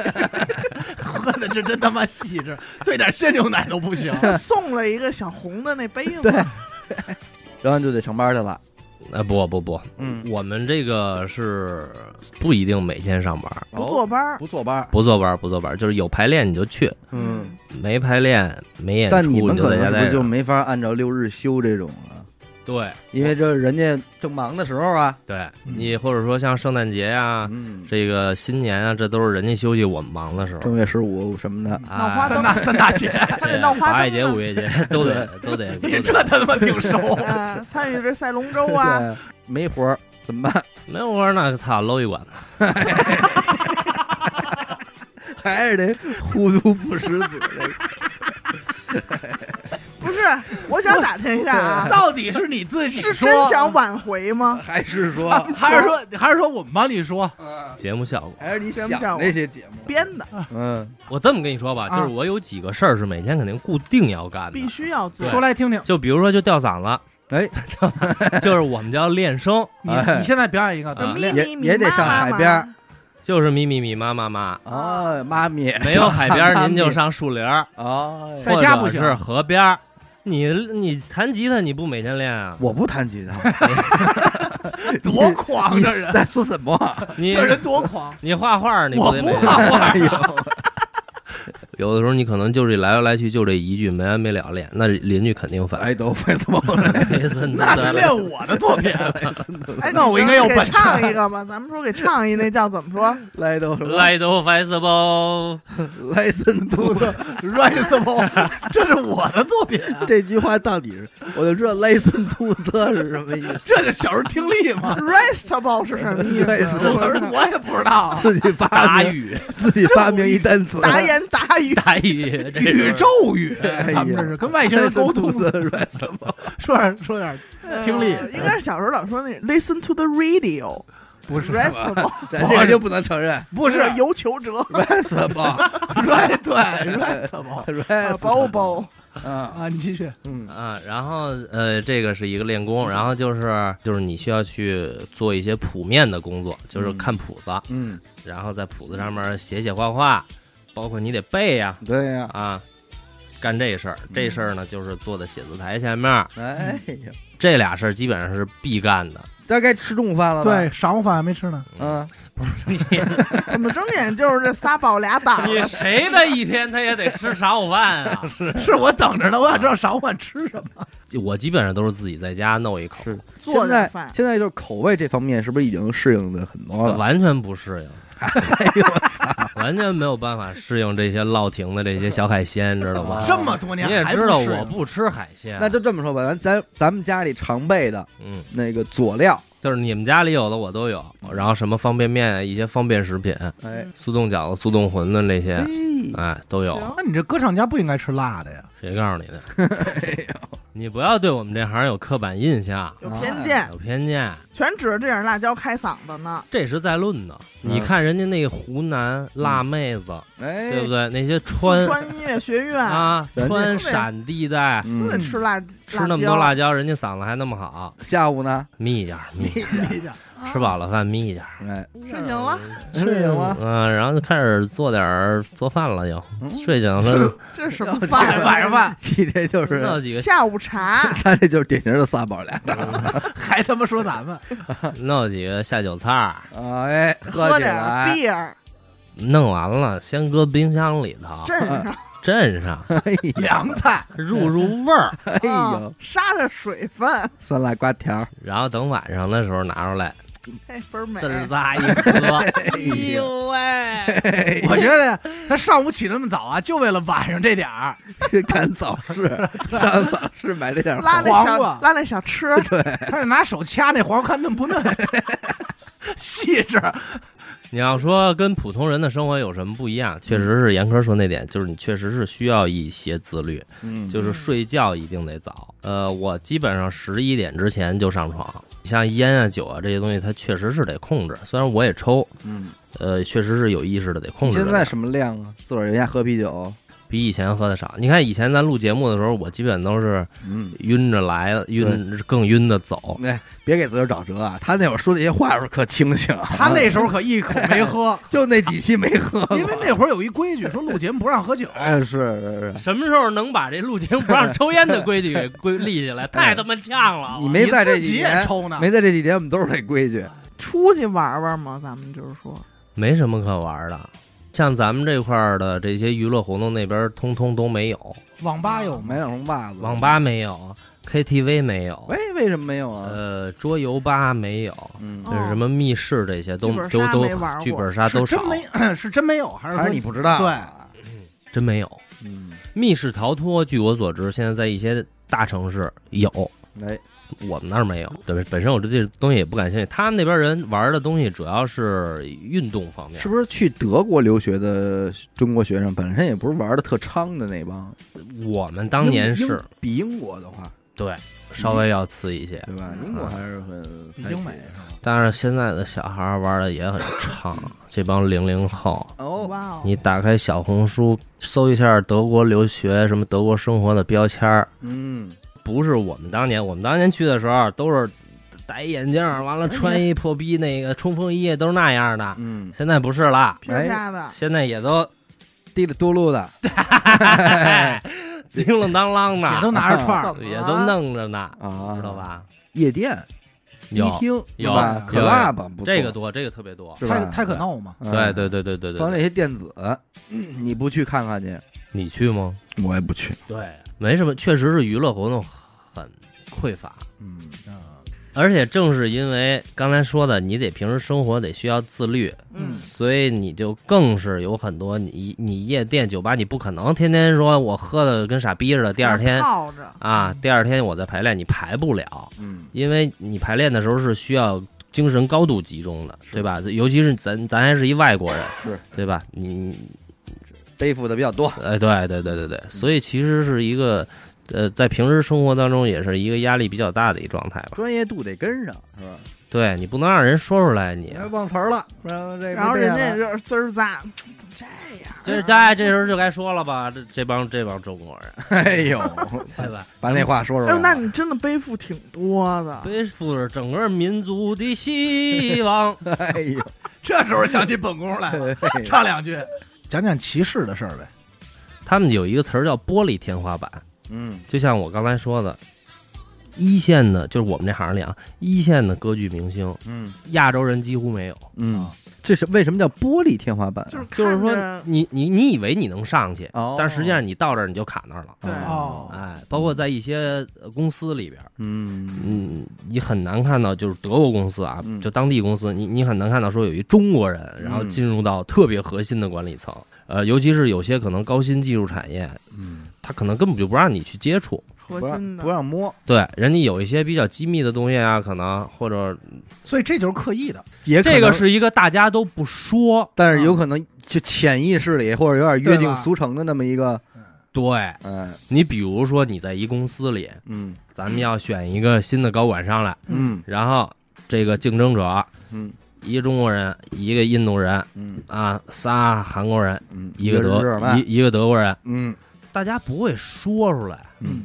S2: 喝 (laughs) 的这真他妈细致，兑点鲜牛奶都不
S5: (laughs)
S2: 行。
S3: 送了一个小红的那杯
S1: 嗯对
S3: 子，
S1: 然后就得上班去了。
S5: 啊，不不不，
S1: 嗯，
S5: 我们这个是不一定每天上班，
S3: 不坐班儿。
S1: 不坐班。
S5: 不坐班不坐班，就是有排练你就去，
S1: 嗯，
S5: 没排练没演出
S1: 但你们
S5: 就
S1: 可
S5: 在家
S1: 能是不
S5: 待
S1: 是就
S5: 着。
S1: 没法按照六日休这种啊？
S5: 对
S1: 因为这人家正忙的时候啊。
S5: 对，
S2: 嗯
S5: 你或者说像圣诞节呀、
S1: 嗯，
S5: 这个新年啊，这都是人家休息我们忙的时候。哎
S1: 正月十五什么的，
S5: 啊，
S3: 闹花灯
S2: 三大三大
S5: (laughs)
S2: 节，
S5: 对
S3: 闹花灯啊
S5: 华爱节、
S3: 呢
S5: 五月节都得都得
S2: (laughs)
S5: 都
S2: 你
S5: 得
S2: 这他妈挺熟。
S3: 啊，参与这赛龙舟啊，
S1: 对，没活儿怎么办？
S5: (laughs) 没有活那操搂一管子，
S1: (laughs) 还是得虎毒不食子。这个
S3: 不是，我想打听一下啊，
S2: (laughs) 到底是你自己
S3: 是
S2: 说哦
S3: 真
S2: (laughs)
S3: 想挽回吗？
S1: 还是 (laughs) 说，
S2: 还是说还是说我们帮你说？
S5: 节目效果。
S1: 还是你想
S3: 想不想我
S1: 那些节目？
S3: 编的，
S1: 嗯，
S5: 我这么跟你说吧，
S2: 啊
S5: 就是我有几个事儿是每天肯定固定要干的
S3: 必，须要做。
S2: 说来听听。
S5: 就比如说就吊嗓子，
S1: 哎，
S5: (laughs) 就是我们叫练声，
S2: 你
S1: 哎
S2: 你现在表演一个，
S5: 啊
S2: 咱们
S3: 咪
S2: 练
S1: 也
S3: 咪咪
S1: 也得上
S3: 妈
S1: 海
S3: 妈
S1: 边儿
S5: 就是咪咪咪妈
S2: (laughs)
S5: 妈妈，
S1: 啊，妈咪
S5: 没有海边儿您就上树林儿，
S1: (laughs) 哦，
S2: (laughs) 在家不行
S5: 或者是河边儿。你你弹吉他你不每天练啊？
S1: 我不弹 (laughs) 吉他，
S2: 多狂啊
S1: 你
S2: 这人，
S1: 在说什么？
S5: 你
S2: 这人多狂。
S5: 你画画儿你
S2: 我
S5: 得
S2: 不
S5: 每
S2: 画
S5: 天？
S2: 画，
S1: 哎呦，
S5: (laughs) 有的时候你可能就这来来来去就这一句没完没了练，那邻居肯定烦。
S1: 哎，都为什么？
S5: 雷森
S2: 那是
S5: 德
S2: 练我的作品。 (laughs)
S3: 哎，
S2: 那我应该要
S3: 给
S2: 本事
S3: 唱一个吧？咱们说给唱一，那叫怎
S1: (laughs)
S3: 么说？
S1: 来都来
S5: 来都 festival，
S1: 来森嘟的
S2: Risible，这 (laughs) 是我的作品，啊
S1: 这句话到底是，我就知道来森嘟的是什么意思，
S3: (laughs)
S2: (laughs) 这是小时候听力吗？ (laughs)
S3: restable 是什么意
S1: 类似
S3: 思？
S2: 我说我也不知道。啊
S1: 自己发
S5: 达
S1: 明
S5: 语
S1: 自己发明一单词，
S3: 达言达语，
S5: 达语，这
S2: 宇
S5: 是
S2: 宙语，
S1: 哎呀
S2: 他们这是跟外星人沟 (laughs) 通，
S1: 莱森兔子来森
S2: 说点说点，听力
S3: 呃应该是小时候老说那 listen to the radio
S2: 不是
S3: restable，
S1: 咱这个就不能承认，
S2: 不是
S3: 由求者
S1: 来什么？
S2: right 对 right
S1: 来
S3: bobo
S1: 啊，
S2: 啊，你继续，
S1: 嗯
S5: 啊，然后呃，这个是一个练功，然后就是就是你需要去做一些谱面的工作，就是看谱子，
S1: 嗯，
S5: 然后在谱子上面写写画画，包括你得背呀
S1: 对呀，
S5: 啊干这事儿。这事儿呢，就是坐在写字台前面，
S1: 哎呀，
S5: 这俩事儿基本上是必干的。 (laughs)
S1: 大概吃中午饭了吧？
S2: 对，晌午饭还没吃呢，
S1: 嗯，
S5: 你
S3: 怎么睁眼就是这仨宝俩胆儿
S5: 你
S3: 了？
S5: 谁的一天他也得吃晌午饭啊？ (laughs)
S2: 是我等着呢，我想知道晌午饭吃什么。
S5: 我基本上都是自己在家弄一口，
S1: 是
S3: 做
S1: 现
S3: 人
S1: 在
S3: 饭
S1: 现在就是口味这方面是不是已经适应的哎很多了？
S5: 完全不
S1: (laughs)
S5: 适应。完全没有办法适应这些烙亭的这些小海鲜，知道吗？
S2: 这么多
S5: 你
S2: 年
S5: 也
S2: 还
S5: 知道
S2: 不适应
S5: 我不吃海鲜，
S1: 哦那就这么说吧，咱咱咱们家里常备的
S5: 嗯，
S1: 那个佐料，
S5: 就是你们家里有的我都有，然后什么方便面啊，一些方便食品，
S1: 哎，
S5: 速冻饺子、速冻馄饨这些，哎，都有。
S2: 那你这歌唱家不应该吃辣的 (laughs) 呀？
S5: 谁告
S1: (laughs)
S5: 诉你的？
S1: 哎
S5: 你不要对我们这行有刻板印象、
S3: 有偏
S1: 哎
S3: 见，
S5: 有偏见，
S3: 全指着这点辣椒开嗓子
S5: (laughs)
S3: 呢。
S5: 这是在论呢。
S1: 嗯
S5: 你看人家那湖南辣妹子，
S1: 哎，
S5: 对不？对？那些
S3: 四
S5: 川
S3: 川音乐学院
S5: 啊，
S1: 人家
S5: 川陕地带
S3: 都得
S1: 嗯，
S3: 吃辣，
S5: 吃那么多辣椒，人家嗓子还那么好，
S1: 下午呢？
S5: 眯一下，眯一下，
S3: 椒，
S5: 吃饱了饭眯一下。
S1: 哎，
S3: 睡醒啊了，
S1: 睡醒了，
S5: 嗯，然后就开始做点儿做饭了，又睡醒了，
S3: 这是什么
S2: (laughs)
S3: 饭？
S2: 晚上饭
S1: 你这就是
S5: 弄几个
S3: 下
S1: (laughs)
S3: 午茶
S1: 他这就是典型的仨宝俩蛋
S2: 还他妈说咱们
S5: 弄几个下酒菜儿，
S1: 啊，哎，
S3: 喝
S1: 起
S3: 点儿
S1: 来，哎
S3: beer，
S5: 弄完了先搁冰箱里头
S3: 镇上，
S5: 镇上，
S1: 哎呀
S2: 凉菜，
S5: 入入味儿，
S1: 哎
S3: 啊
S1: 呦，
S3: 杀杀水分，
S1: 酸辣瓜条儿，
S5: 然后等晚上的时候拿出来，
S3: 哎，倍儿美
S5: 滋。儿扎一喝，
S1: 哎呦，
S5: 喂，
S2: (laughs) 我觉得呀他上午起那么早啊，就为了晚上这点儿。
S1: 是赶早市，上早市买这点儿
S3: 拉
S1: 黄
S3: 那
S2: 黄
S3: 小
S2: 瓜
S3: 拉那小吃，
S2: 他得拿手掐那黄瓜，看嫩不嫩， (laughs) 细致。
S5: (laughs) 你要说跟普通人的生活有什么不一样，确实是严科说那点，就是你确实是需要一些自律，
S1: 嗯，
S5: 就是睡觉一定得早。呃，我基本上十一点之前就上床，像烟啊、酒啊这些东西，它确实是得控制。虽然我也抽，
S1: 嗯，
S5: 呃，确实是有意识的得控
S1: 你
S5: 制着
S1: 现
S5: 点。
S1: 在什么量啊？自个儿在家喝啤酒，
S5: 比以前喝的少。你看以前咱录节目的时候，我基本都是
S1: 嗯，
S5: 晕着来的，晕更晕的走。
S1: 哎，别给自个儿找辙啊！他那会儿说那些话的时候可清醒啊，
S2: 他那时候可一口没喝，
S1: (laughs) 就那几期没喝过，
S2: 因为那会儿有一规矩，说录节目不让喝酒。
S1: 哎是是是，
S5: 什么时候能把这录节目不让抽烟的规矩 (laughs) 给规立起来？太他妈呛了！
S1: 你没在这
S2: 你自
S1: 几
S2: 己也
S1: 年，
S2: 抽呢，
S1: 没在这几年，我们都是这规矩，
S3: 出去玩玩嘛，咱们就是说，
S5: 没什么可玩的。像咱们这块儿的这些娱乐活动，那边儿通通都没有，
S2: 网吧有
S1: 买
S2: 没？
S1: 两红袜子，
S5: 网，吧没有，KTV 没有，
S1: 喂，为什么没有啊？
S5: 呃，桌游吧没有，
S1: 嗯，
S3: 哦
S5: 什么密室这些都
S3: 剧本
S5: 都
S3: 杀没玩
S5: 都
S3: 过
S5: 剧本杀都
S2: 是
S5: 少
S2: 真，没 (clears throat) 是真没有，还是说
S1: 还是你不知道？
S2: 对
S5: 真没有。
S1: 嗯，
S5: 密室逃脱，据我所知，现在在一些大城市有，
S1: 哎，
S5: 我们那儿没有。对，本身我对这东西也不感兴趣。他们那边人玩的东西主要是运动方面
S1: 是。不是去德国留学的中国学生本身也不是玩的特昌的那帮？
S5: 我们当年
S1: 英
S5: 是
S1: 英比英国的话，
S5: 对稍微要次一些，
S1: 对吧？英国还是很
S2: 比英
S1: 还行
S2: 美是吧？
S5: 但是现在的小孩儿玩的也很
S3: (laughs)
S5: 畅。这帮零零后，
S1: 哦，
S3: 哇哦，
S5: 你打开小红书搜一下德国留学什么德国生活的标签儿，
S1: 嗯，
S5: 不是我们当年，我们当年去的时候都是戴一眼镜儿，完了穿一破逼那个冲锋衣，都是那样的。
S1: 嗯，
S5: 现在不是了，
S3: 皮
S1: 哎
S3: 儿啪的，
S5: 现在也
S1: (laughs)
S5: 都
S1: 滴里嘟噜的
S5: 叮啷当啷
S2: 也都
S5: 的，
S2: 拿着串儿 (laughs)
S3: 怎，么
S5: 也
S3: 了
S5: 都弄着呢，
S1: 啊，
S5: 知道？吧？
S1: 夜店、迪
S5: 有
S1: 厅对
S5: 有
S1: 吧
S2: 有
S1: 可辣吧，不错
S5: 这个多，这个特别多。
S1: 是吧
S2: 太？太可闹嘛。
S1: 嗯
S5: 对对，对对对
S1: 放
S5: 对，
S1: 那些电子，嗯你不去看看去？
S5: 你去吗？
S1: 我也不去。
S5: 对，没什么，确实是娱乐活动很匮乏。
S1: 嗯，
S2: 嗯
S5: 而且正是因为刚才说的，你得平时生活得需要自律，
S3: 嗯，
S5: 所以你就更是有很多你你夜店酒吧，你不可能天天说我喝的跟傻逼似的，第二天
S3: 泡着，
S5: 啊，第二天我再排练，你排不了，
S1: 嗯，
S5: 因为你排练的时候是需要精神高度集中的，对吧？尤其是咱咱还是一外国人，
S1: 是
S5: 对吧？你
S1: 背负的比较多。
S5: 哎，对对对对对，所以其实是一个呃，在平时生活当中也是一个压力比较大的一状态吧。
S1: 专业度得跟上，是吧？
S5: 对你不能让人说出来你，
S1: 哎忘词儿了，然后这
S3: 然后人家也
S1: 就
S3: 就是滋儿咋，怎么这样？
S5: 这哎这时候就该说了吧，这这帮这帮中国人，
S1: (laughs) (laughs) 哎呦，
S5: 对吧？
S1: 把那话说出
S3: 哎呦，那
S1: 来。
S3: 你真的背负挺多的，
S5: 背负着整个民族的希望。
S1: (laughs) 哎呦，
S2: 这时候想起本宫来 (laughs) 了，唱两句，讲讲歧视的事儿呗。
S5: 他们有一个词儿叫“玻璃天花板
S1: 嗯”，
S5: 就像我刚才说的，一线的，就是我们这行里啊，一线的歌剧明星，
S1: 嗯
S3: (laughs)
S5: 亚洲人几乎没有。
S1: 嗯，这是为什么叫玻璃天花板啊？
S3: 就是看
S5: 就是说
S3: 着
S5: 你你你以为你能上去，
S1: 哦
S5: 但实际上你到这儿你就卡那儿了。
S3: 对
S2: 哦
S5: 哎，包括在一些呃公司里边，
S1: 嗯
S5: 嗯，你很难看到，就是德国公司啊
S1: 嗯，
S5: 就当地公司，你你很难看到说有一中国人，然后
S1: 嗯
S5: 进入到特别核心的管理层，呃，尤其是有些可能高新技术产业，
S1: 嗯，
S5: 他可能根本就不让你去接触。
S3: 核
S1: 不让
S3: 心的
S1: 不让摸，
S5: 对，人家有一些比较机密的东西啊，可能或者
S2: 所以这就是刻意的，
S1: 也可
S5: 这个
S1: 能，
S5: 是一个大家都不说，
S1: 但是有可能就潜意识里或者有点约定俗成的那么一个，
S5: 对
S1: 嗯
S5: 你比如说你在一公司里，
S1: 嗯
S5: 咱们要选一个新的高管上来，
S1: 嗯
S5: 然后这个竞争者
S1: 嗯
S5: 一个中国人，一个印度人
S1: 嗯
S5: 啊，仨韩国人，
S1: 嗯，
S5: 一个
S1: 日耳
S5: 德
S1: 曼，
S5: 一一个德国人，
S1: 嗯
S5: 大家不会说出来，
S1: 嗯，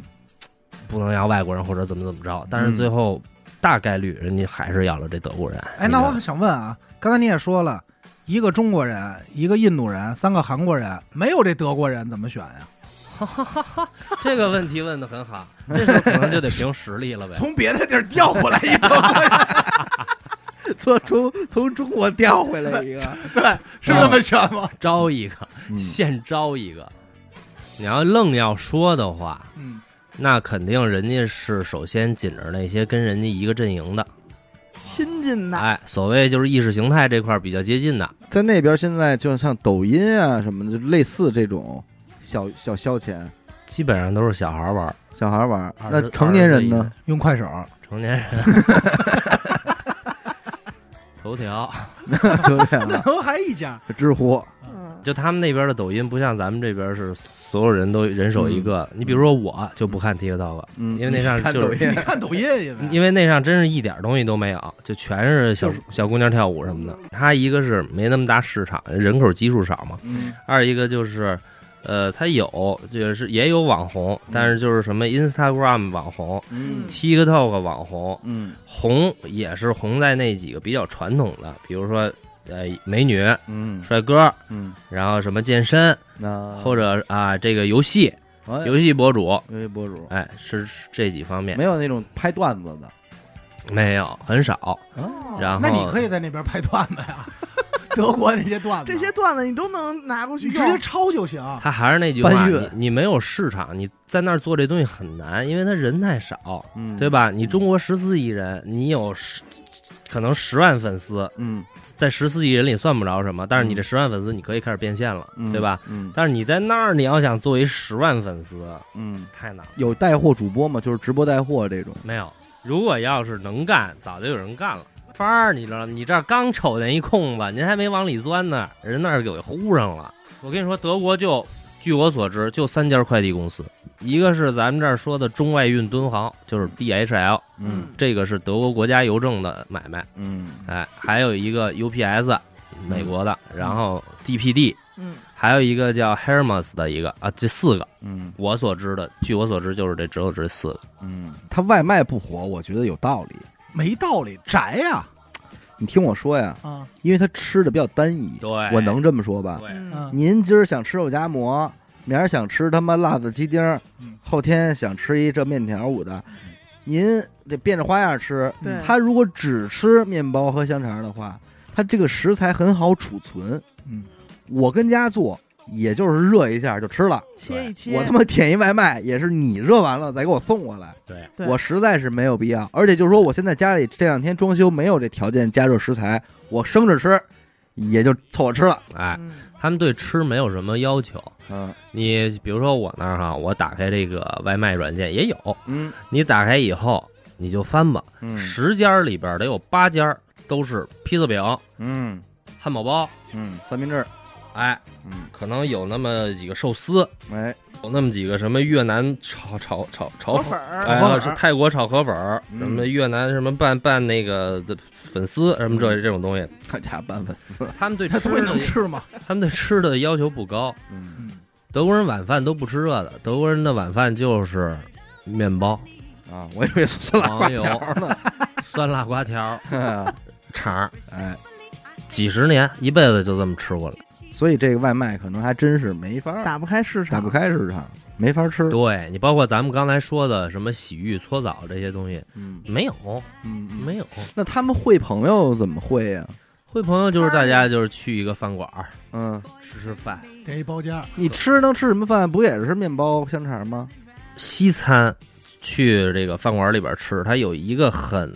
S5: 不能要外国人或者怎么怎么着，但是最后大概率人家还是要了这德国人。
S2: 哎，那
S5: 嗯
S2: 我想问啊，刚才你也说了，一个中国人，一个印度人，三个韩国人，没有这德国人怎么选呀、
S5: 这个问题问的很好，这时候可能就得凭实力了呗。
S2: (laughs) 从别的地儿调 (laughs) 过来一个，
S1: (laughs) 从从从中国调回来一 (laughs) 个，
S2: 是这么选吗？
S5: (laughs) 招一个，
S1: 嗯
S5: 现招一个。你要愣要说的话，
S2: 嗯，
S5: 那肯定人家是首先紧着那些跟人家一个阵营的，
S3: 亲近的，
S5: 哎，所谓就是意识形态这块儿比较接近的。
S1: 在那边现在就像抖音啊什么的，就类似这种小小消遣，
S5: 基本上都是小孩玩儿，
S1: 小孩玩儿。
S5: 20
S1: 那成年人呢？？
S2: 用快 (laughs) 手，
S5: 20成
S1: (laughs)
S5: 年人，头条，
S1: 就这样了，
S2: 然后还一家，
S1: (laughs) 知乎，
S3: 嗯，
S5: 就他们那边的抖音不像咱们这边是所有人都人手一个。你比如说我就不看 TikTok，
S1: 嗯，
S5: 因为那上
S1: 你看
S5: 就是
S1: 抖音
S2: (laughs) 你，
S5: (laughs)
S2: 看抖音因为
S5: 因为那上真是一点东西都没有，就全是
S1: 嗯
S5: 小
S1: 就是
S5: 小姑娘跳舞什么的。它一个是没那么大市场，人口基数少嘛；
S1: 嗯
S5: 二一个就是，呃，它有就是也有网红，但是就是什么 Instagram 网红、
S1: 嗯
S5: TikTok 网红，
S1: 嗯
S5: 红也是红在那几个比较传统的，比如说呃美女、
S1: 嗯
S5: 帅哥，
S1: 嗯，
S5: 然后什么健身
S1: 那
S5: 或者啊这个游戏
S1: 哎
S5: 游戏博主，
S1: 有一博主，
S5: 哎是是这几方面
S1: 没有那种拍段子的，
S5: 没有很少。
S2: 哦
S5: 然后
S2: 那你可以在那边拍段子呀， (laughs) 德国那些段子，
S3: 这些段子你都能拿过去
S2: 你直接
S3: 用，
S2: 抄就行。
S5: 他还是那句话，
S1: 搬运
S5: 你你没有市场，你在那儿做这东西很难，因为他人太少，
S1: 嗯，
S5: 对？吧？你中国十四亿人，你有十可能十万粉丝，
S1: 嗯，
S5: 在十四亿人里算不着什么，但是你这十万粉丝，你可以开始变现了，
S1: 嗯
S5: 对吧？？
S1: 嗯
S5: 但是你在那儿，你要想作为十万粉丝，
S1: 嗯，
S5: 太难了。
S1: 有带货主播吗？就是直播带货这种，
S5: 没有，如果要是能干，早就有人干了。芳儿，你知道吗？你这儿刚瞅见一空子，您还没往里钻呢，人那儿给呼上了。我跟你说，德国就据我所知，就三家快递公司，一个是咱们这儿说的中外运敦煌，就是 DHL，
S1: 嗯
S5: 这个是德国国家邮政的买卖，
S1: 嗯
S5: 哎，还有一个 UPS，美国的，然后 DPD，
S3: 嗯，
S5: 还有一个叫 Hermes 的一个啊，这四个
S1: 嗯
S5: 我所知的，据我所知就是这只有这四个。
S1: 嗯，他外卖不火，我觉得有道理。
S2: 没道理，宅呀
S1: 你听我说呀，
S2: 啊，
S1: 因为他吃的比较单一，
S5: 对，
S1: 我能这么说吧？
S5: 对。
S3: 嗯
S2: 嗯
S1: 您今儿想吃肉夹馍，明儿想吃他妈辣子鸡丁儿
S2: 嗯，
S1: 后天想吃一这面条舞的，您得变着花样吃。
S3: 对
S1: 他如果只吃面包和香肠的话，他这个食材很好储存。
S2: 嗯，
S1: 我跟家做，也就是热一下就吃了。
S3: 切一切，
S1: 我他妈点一外卖，也是你热完了再给我送过来。
S5: 对，
S3: 对
S1: 我实在是没有必要。而且就是说，我现在家里这两天装修没有这条件加热食材，我生着吃，也就凑合吃了。
S5: 哎，
S3: 嗯
S5: 他们对吃没有什么要求。
S1: 嗯
S5: 你比如说我那儿哈，我打开这个外卖软件也有，
S1: 嗯
S5: 你打开以后你就翻吧，
S1: 嗯
S5: 十家里边得有八家都是披萨饼、
S1: 嗯。
S5: 汉堡包，
S1: 嗯，三明治，
S5: 哎，
S1: 嗯，
S5: 可能有那么几个寿司，
S1: 哎，
S5: 有那么几个什么越南炒炒炒炒
S3: 河。粉儿，
S5: 哎，
S2: 炒粉
S5: 呃是泰国炒河粉儿，
S1: 嗯
S5: 什么越南什么拌拌那个的粉丝，什么这这种东西，
S1: 他家拌粉丝，
S5: 他们对
S2: 嗯他
S5: 吃
S2: 东西能
S5: 的
S2: 吃吗？
S5: 他们对吃的要求不高，
S1: 嗯
S2: 嗯，
S5: 德国人晚饭都不吃热的，德国人的晚饭就是面包、
S1: 啊，我以为是酸辣瓜条呢，
S5: (laughs) 酸辣瓜条、肠儿，
S1: (laughs) 哎，
S5: 几十年一辈子就这么吃过了。
S1: 所以这个外卖可能还真是没法
S3: 打不开市
S1: 打
S3: 场，
S1: 不开市场，没法吃，
S5: 对你，包括咱们刚才说的什么洗浴、搓澡这些东西，
S1: 嗯
S5: 没有，
S1: 嗯，
S5: 没有。
S1: 那他们会朋友怎么会呀？
S5: 会朋友就是大家就是去一个饭馆儿
S1: 嗯，
S5: 吃吃饭，
S2: 点一包间儿，
S1: 你吃能吃什么饭？不也是面包、香肠吗？
S5: 西餐去这个饭馆里边吃，它有一个很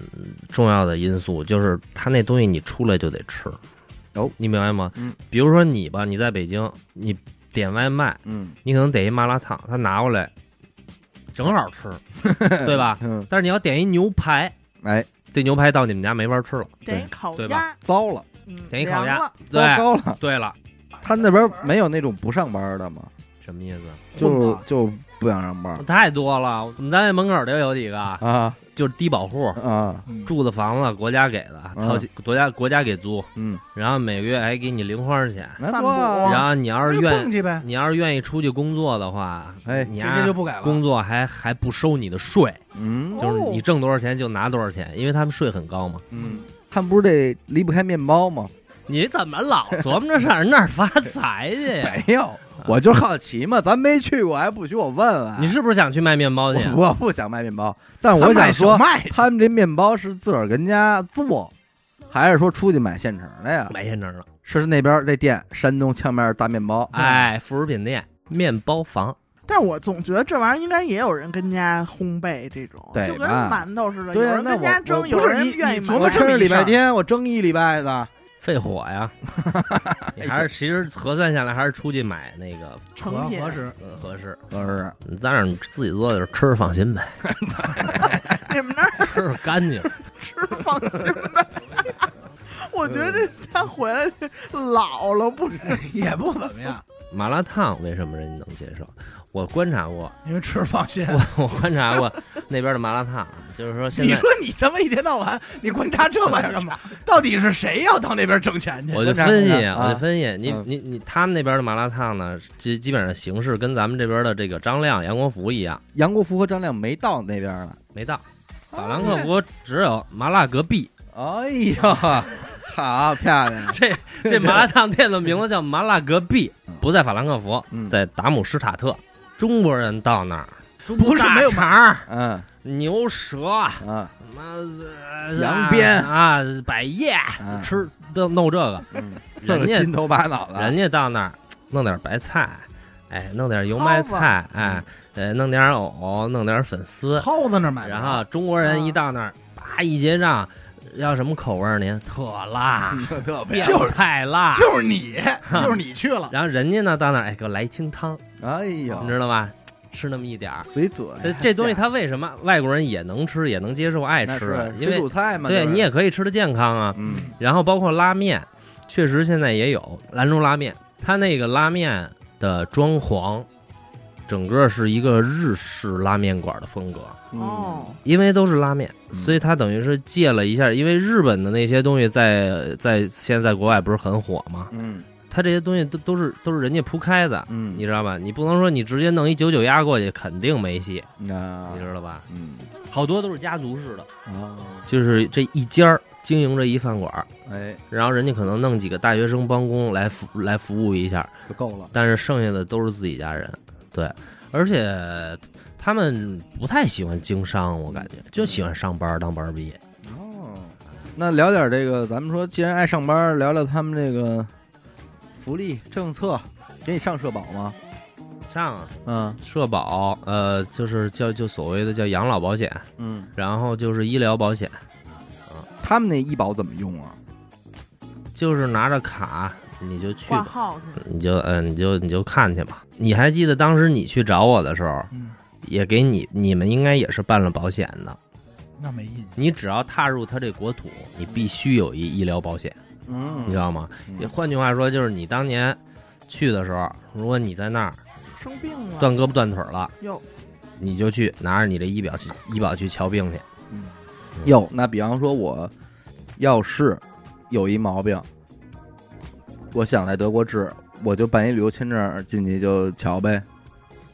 S5: 重要的因素，就是它那东西你出来就得吃。
S1: 哦，
S5: 你明白吗？
S1: 嗯，
S5: 比如说你吧，你在北京，你点外卖，
S1: 嗯， (laughs)
S5: 你可能点一麻辣烫，他拿过来正好吃，对吧？
S1: 嗯，
S5: 但是你要点一牛排，
S1: 哎，
S5: 这牛排到你们家没法吃了。
S3: 点一烤
S5: 对
S3: 鸭
S5: 吧，
S1: 糟了，
S3: 嗯
S5: 点一烤鸭
S3: 凉了
S1: 糟
S5: 对，
S1: 糕了。
S5: 对了，
S1: 他那边没有那种不上班的吗？
S5: 什么意思？
S1: 就
S2: 混
S1: 是
S2: 吧
S1: 就不想上班
S5: 太多了，我们单位门口就有几个，
S1: 啊
S5: 就是低保户，
S1: 啊，
S2: 嗯
S5: 住的房子国家给的，
S1: 嗯
S5: 掏起国家国家给租，
S1: 嗯，
S5: 然后每个月还给你零花钱。
S1: 那
S3: 饭
S1: 多啊
S3: 补
S5: 然后你要
S2: 那
S5: 是
S2: 就
S5: 愿
S2: 蹦去呗，
S5: 你要是愿意出去工作的话，
S1: 哎
S5: 你
S2: 这
S5: 呀
S2: 这就不改了。
S5: 工作还还不收你的税，
S1: 嗯
S5: 就是你挣多少钱就拿多少钱，因为他们税很高嘛。
S1: 嗯，他们不是得离不开面包吗？
S5: 你怎么老琢磨着上人那儿发财去呀？
S1: (laughs) 没有，我就是好奇嘛，咱没去过，还不许我问问？
S5: 你是啊不是想去卖面包去？
S1: 啊我我不想卖面包，但我
S2: 他
S1: 想
S2: 卖
S1: 说
S2: 小，麦去，
S1: 他们这面包是自个儿跟家做，还是说出去买现成的呀？
S5: 买现成
S1: (laughs)
S5: 的，
S1: 是那边这店，山东戗面大面包，
S5: 哎，副食品店、面包房，
S3: 但我总觉得这玩意儿应该也有人跟家烘焙这种，
S1: 对
S3: 就跟
S1: 吧
S3: 馒头似的，有
S1: 对啊
S3: 人跟家
S1: 那我
S3: 蒸，
S1: 我
S3: 有
S2: 不是
S3: 人
S2: 你
S3: 愿意
S2: 你
S3: 买。
S2: 琢
S1: 我
S2: 磨
S1: 趁
S2: 这
S1: 着
S2: 么
S1: 礼
S2: 一
S1: 拜
S2: 事儿
S1: 天，我蒸一礼拜的，
S5: 费
S1: (laughs)
S5: 火呀！你
S1: 哎
S5: 还是其实核算下来，还是出去买那个
S3: 成品
S2: 合
S3: (laughs)
S2: 合适。
S5: 呃合适。
S1: 不是？
S5: 你在那儿自己做的吃，放
S1: (laughs)
S5: 心呗，
S3: 你们那儿
S5: 吃着干净。
S3: 吃放心呗。我觉得这他回来这老了不是？
S2: 也不怎么样，
S5: 麻辣烫为什么人能接受？我观察过，
S2: (laughs)
S5: (laughs)
S2: 因为吃放心。
S5: 我我观察过那边的麻辣烫，啊就是说现
S2: 你
S5: 在
S2: 说你他妈一天到晚你观察这玩意儿干嘛？到底是谁要到那边挣钱去？
S5: 我就分析，
S1: 观察啊
S5: 我就分析，你
S1: 嗯
S5: 你你，他们那边的麻辣烫呢，基基本上形式跟咱们这边的这个张亮、杨国福一样，
S1: 杨国福和张亮没到那边呢。
S5: 没到。法兰
S1: 哦
S5: 克福只有麻辣隔壁，
S1: 哎呀，好漂亮！
S5: 这
S1: (laughs)
S5: 这麻辣烫店的名字叫麻辣隔壁
S1: 嗯，
S5: 不在法兰克福
S1: 嗯，
S5: 在达姆施塔特。中国人到那儿，
S2: 不是没有
S5: 肠儿、
S1: 嗯
S5: 牛舌、啊
S1: 嗯
S5: 什么
S1: 羊鞭
S5: 啊、百叶，
S1: 嗯
S5: 吃都弄这个，
S1: 嗯，
S5: 人家
S1: 金头巴脑的，
S5: 人家到那儿弄点白菜，哎，弄点油麦菜，哎，呃，弄点藕，弄点粉丝。
S2: 耗子那儿买的，
S5: 然后中国人一到那儿，叭一结账，要什么口味儿？您特辣，
S1: 特 (laughs) 特别
S5: 变
S2: 就是
S5: 态辣。
S2: 就是你，就是你去了，
S5: 然后人家呢到那儿，哎，给我来一清汤，
S1: 哎
S5: 你
S1: 呀，
S5: 知道吧？吃那么一点儿。
S1: 水嘴
S5: 这这东西它为什么外国人也能吃，也能接受，
S1: 哎
S5: 爱
S1: 那
S5: 吃啊
S1: 是？啊
S5: 因为
S1: 水煮菜嘛，
S5: 对
S1: 就是
S5: 你也可以吃的健康啊。
S1: 嗯
S5: 然后包括拉面，确实现在也有兰州拉面，它那个拉面的装潢，整个是一个日式拉面馆的风格，
S1: 嗯
S3: 哦，
S5: 因为都是拉面，
S1: 嗯
S5: 所以它等于是借了一下，因为日本的那些东西在在现在国外不是很火吗？
S1: 嗯
S5: 它这些东西都都是都是人家铺开的。
S1: 嗯，
S5: 你知道吧？你不能说你直接弄一九九鸭过去，肯定没戏，
S1: 那
S5: 你知道吧？
S1: 嗯
S5: 啊好多都是家族式的，
S1: 啊
S5: 就是这一家儿经营着一饭馆儿，
S1: 哎
S5: 然后人家可能弄几个大学生帮工来服来服务一下，
S1: 就够了，
S5: 但是剩下的都是自己家人，对，而且他们不太喜欢经商，我感觉就喜欢上班当班毕业。
S1: 哦，那聊点这个，咱们说，既然爱上班，聊聊他们这个福利政策，给你上社保吗？
S5: 像
S1: 嗯
S5: 社保，呃，就是叫就所谓的叫养老保险，
S1: 嗯，
S5: 然后就是医疗保险，
S1: 他们那医保怎么用啊？
S5: 就是拿着卡你就去
S3: 挂
S5: 吧，
S3: 号去，
S5: 你就嗯、你就你就看去吧。你还记得当时你去找我的时候，
S2: 嗯
S5: 也给你你们应该也是办了保险的。
S2: 那没印象。
S5: 你只要踏入他这国土，你必须有一医疗保险，
S1: 嗯
S5: 你知道吗？也换句话说，就是你当年去的时候，如果你在那儿
S3: 生病了
S5: 断胳膊断腿了，
S3: 哟，
S5: 你就去拿着你的医表去医保去瞧病去。
S1: 有，那比方说我要是有一毛病，我想在德国治，我就办一旅游签证进去就瞧呗。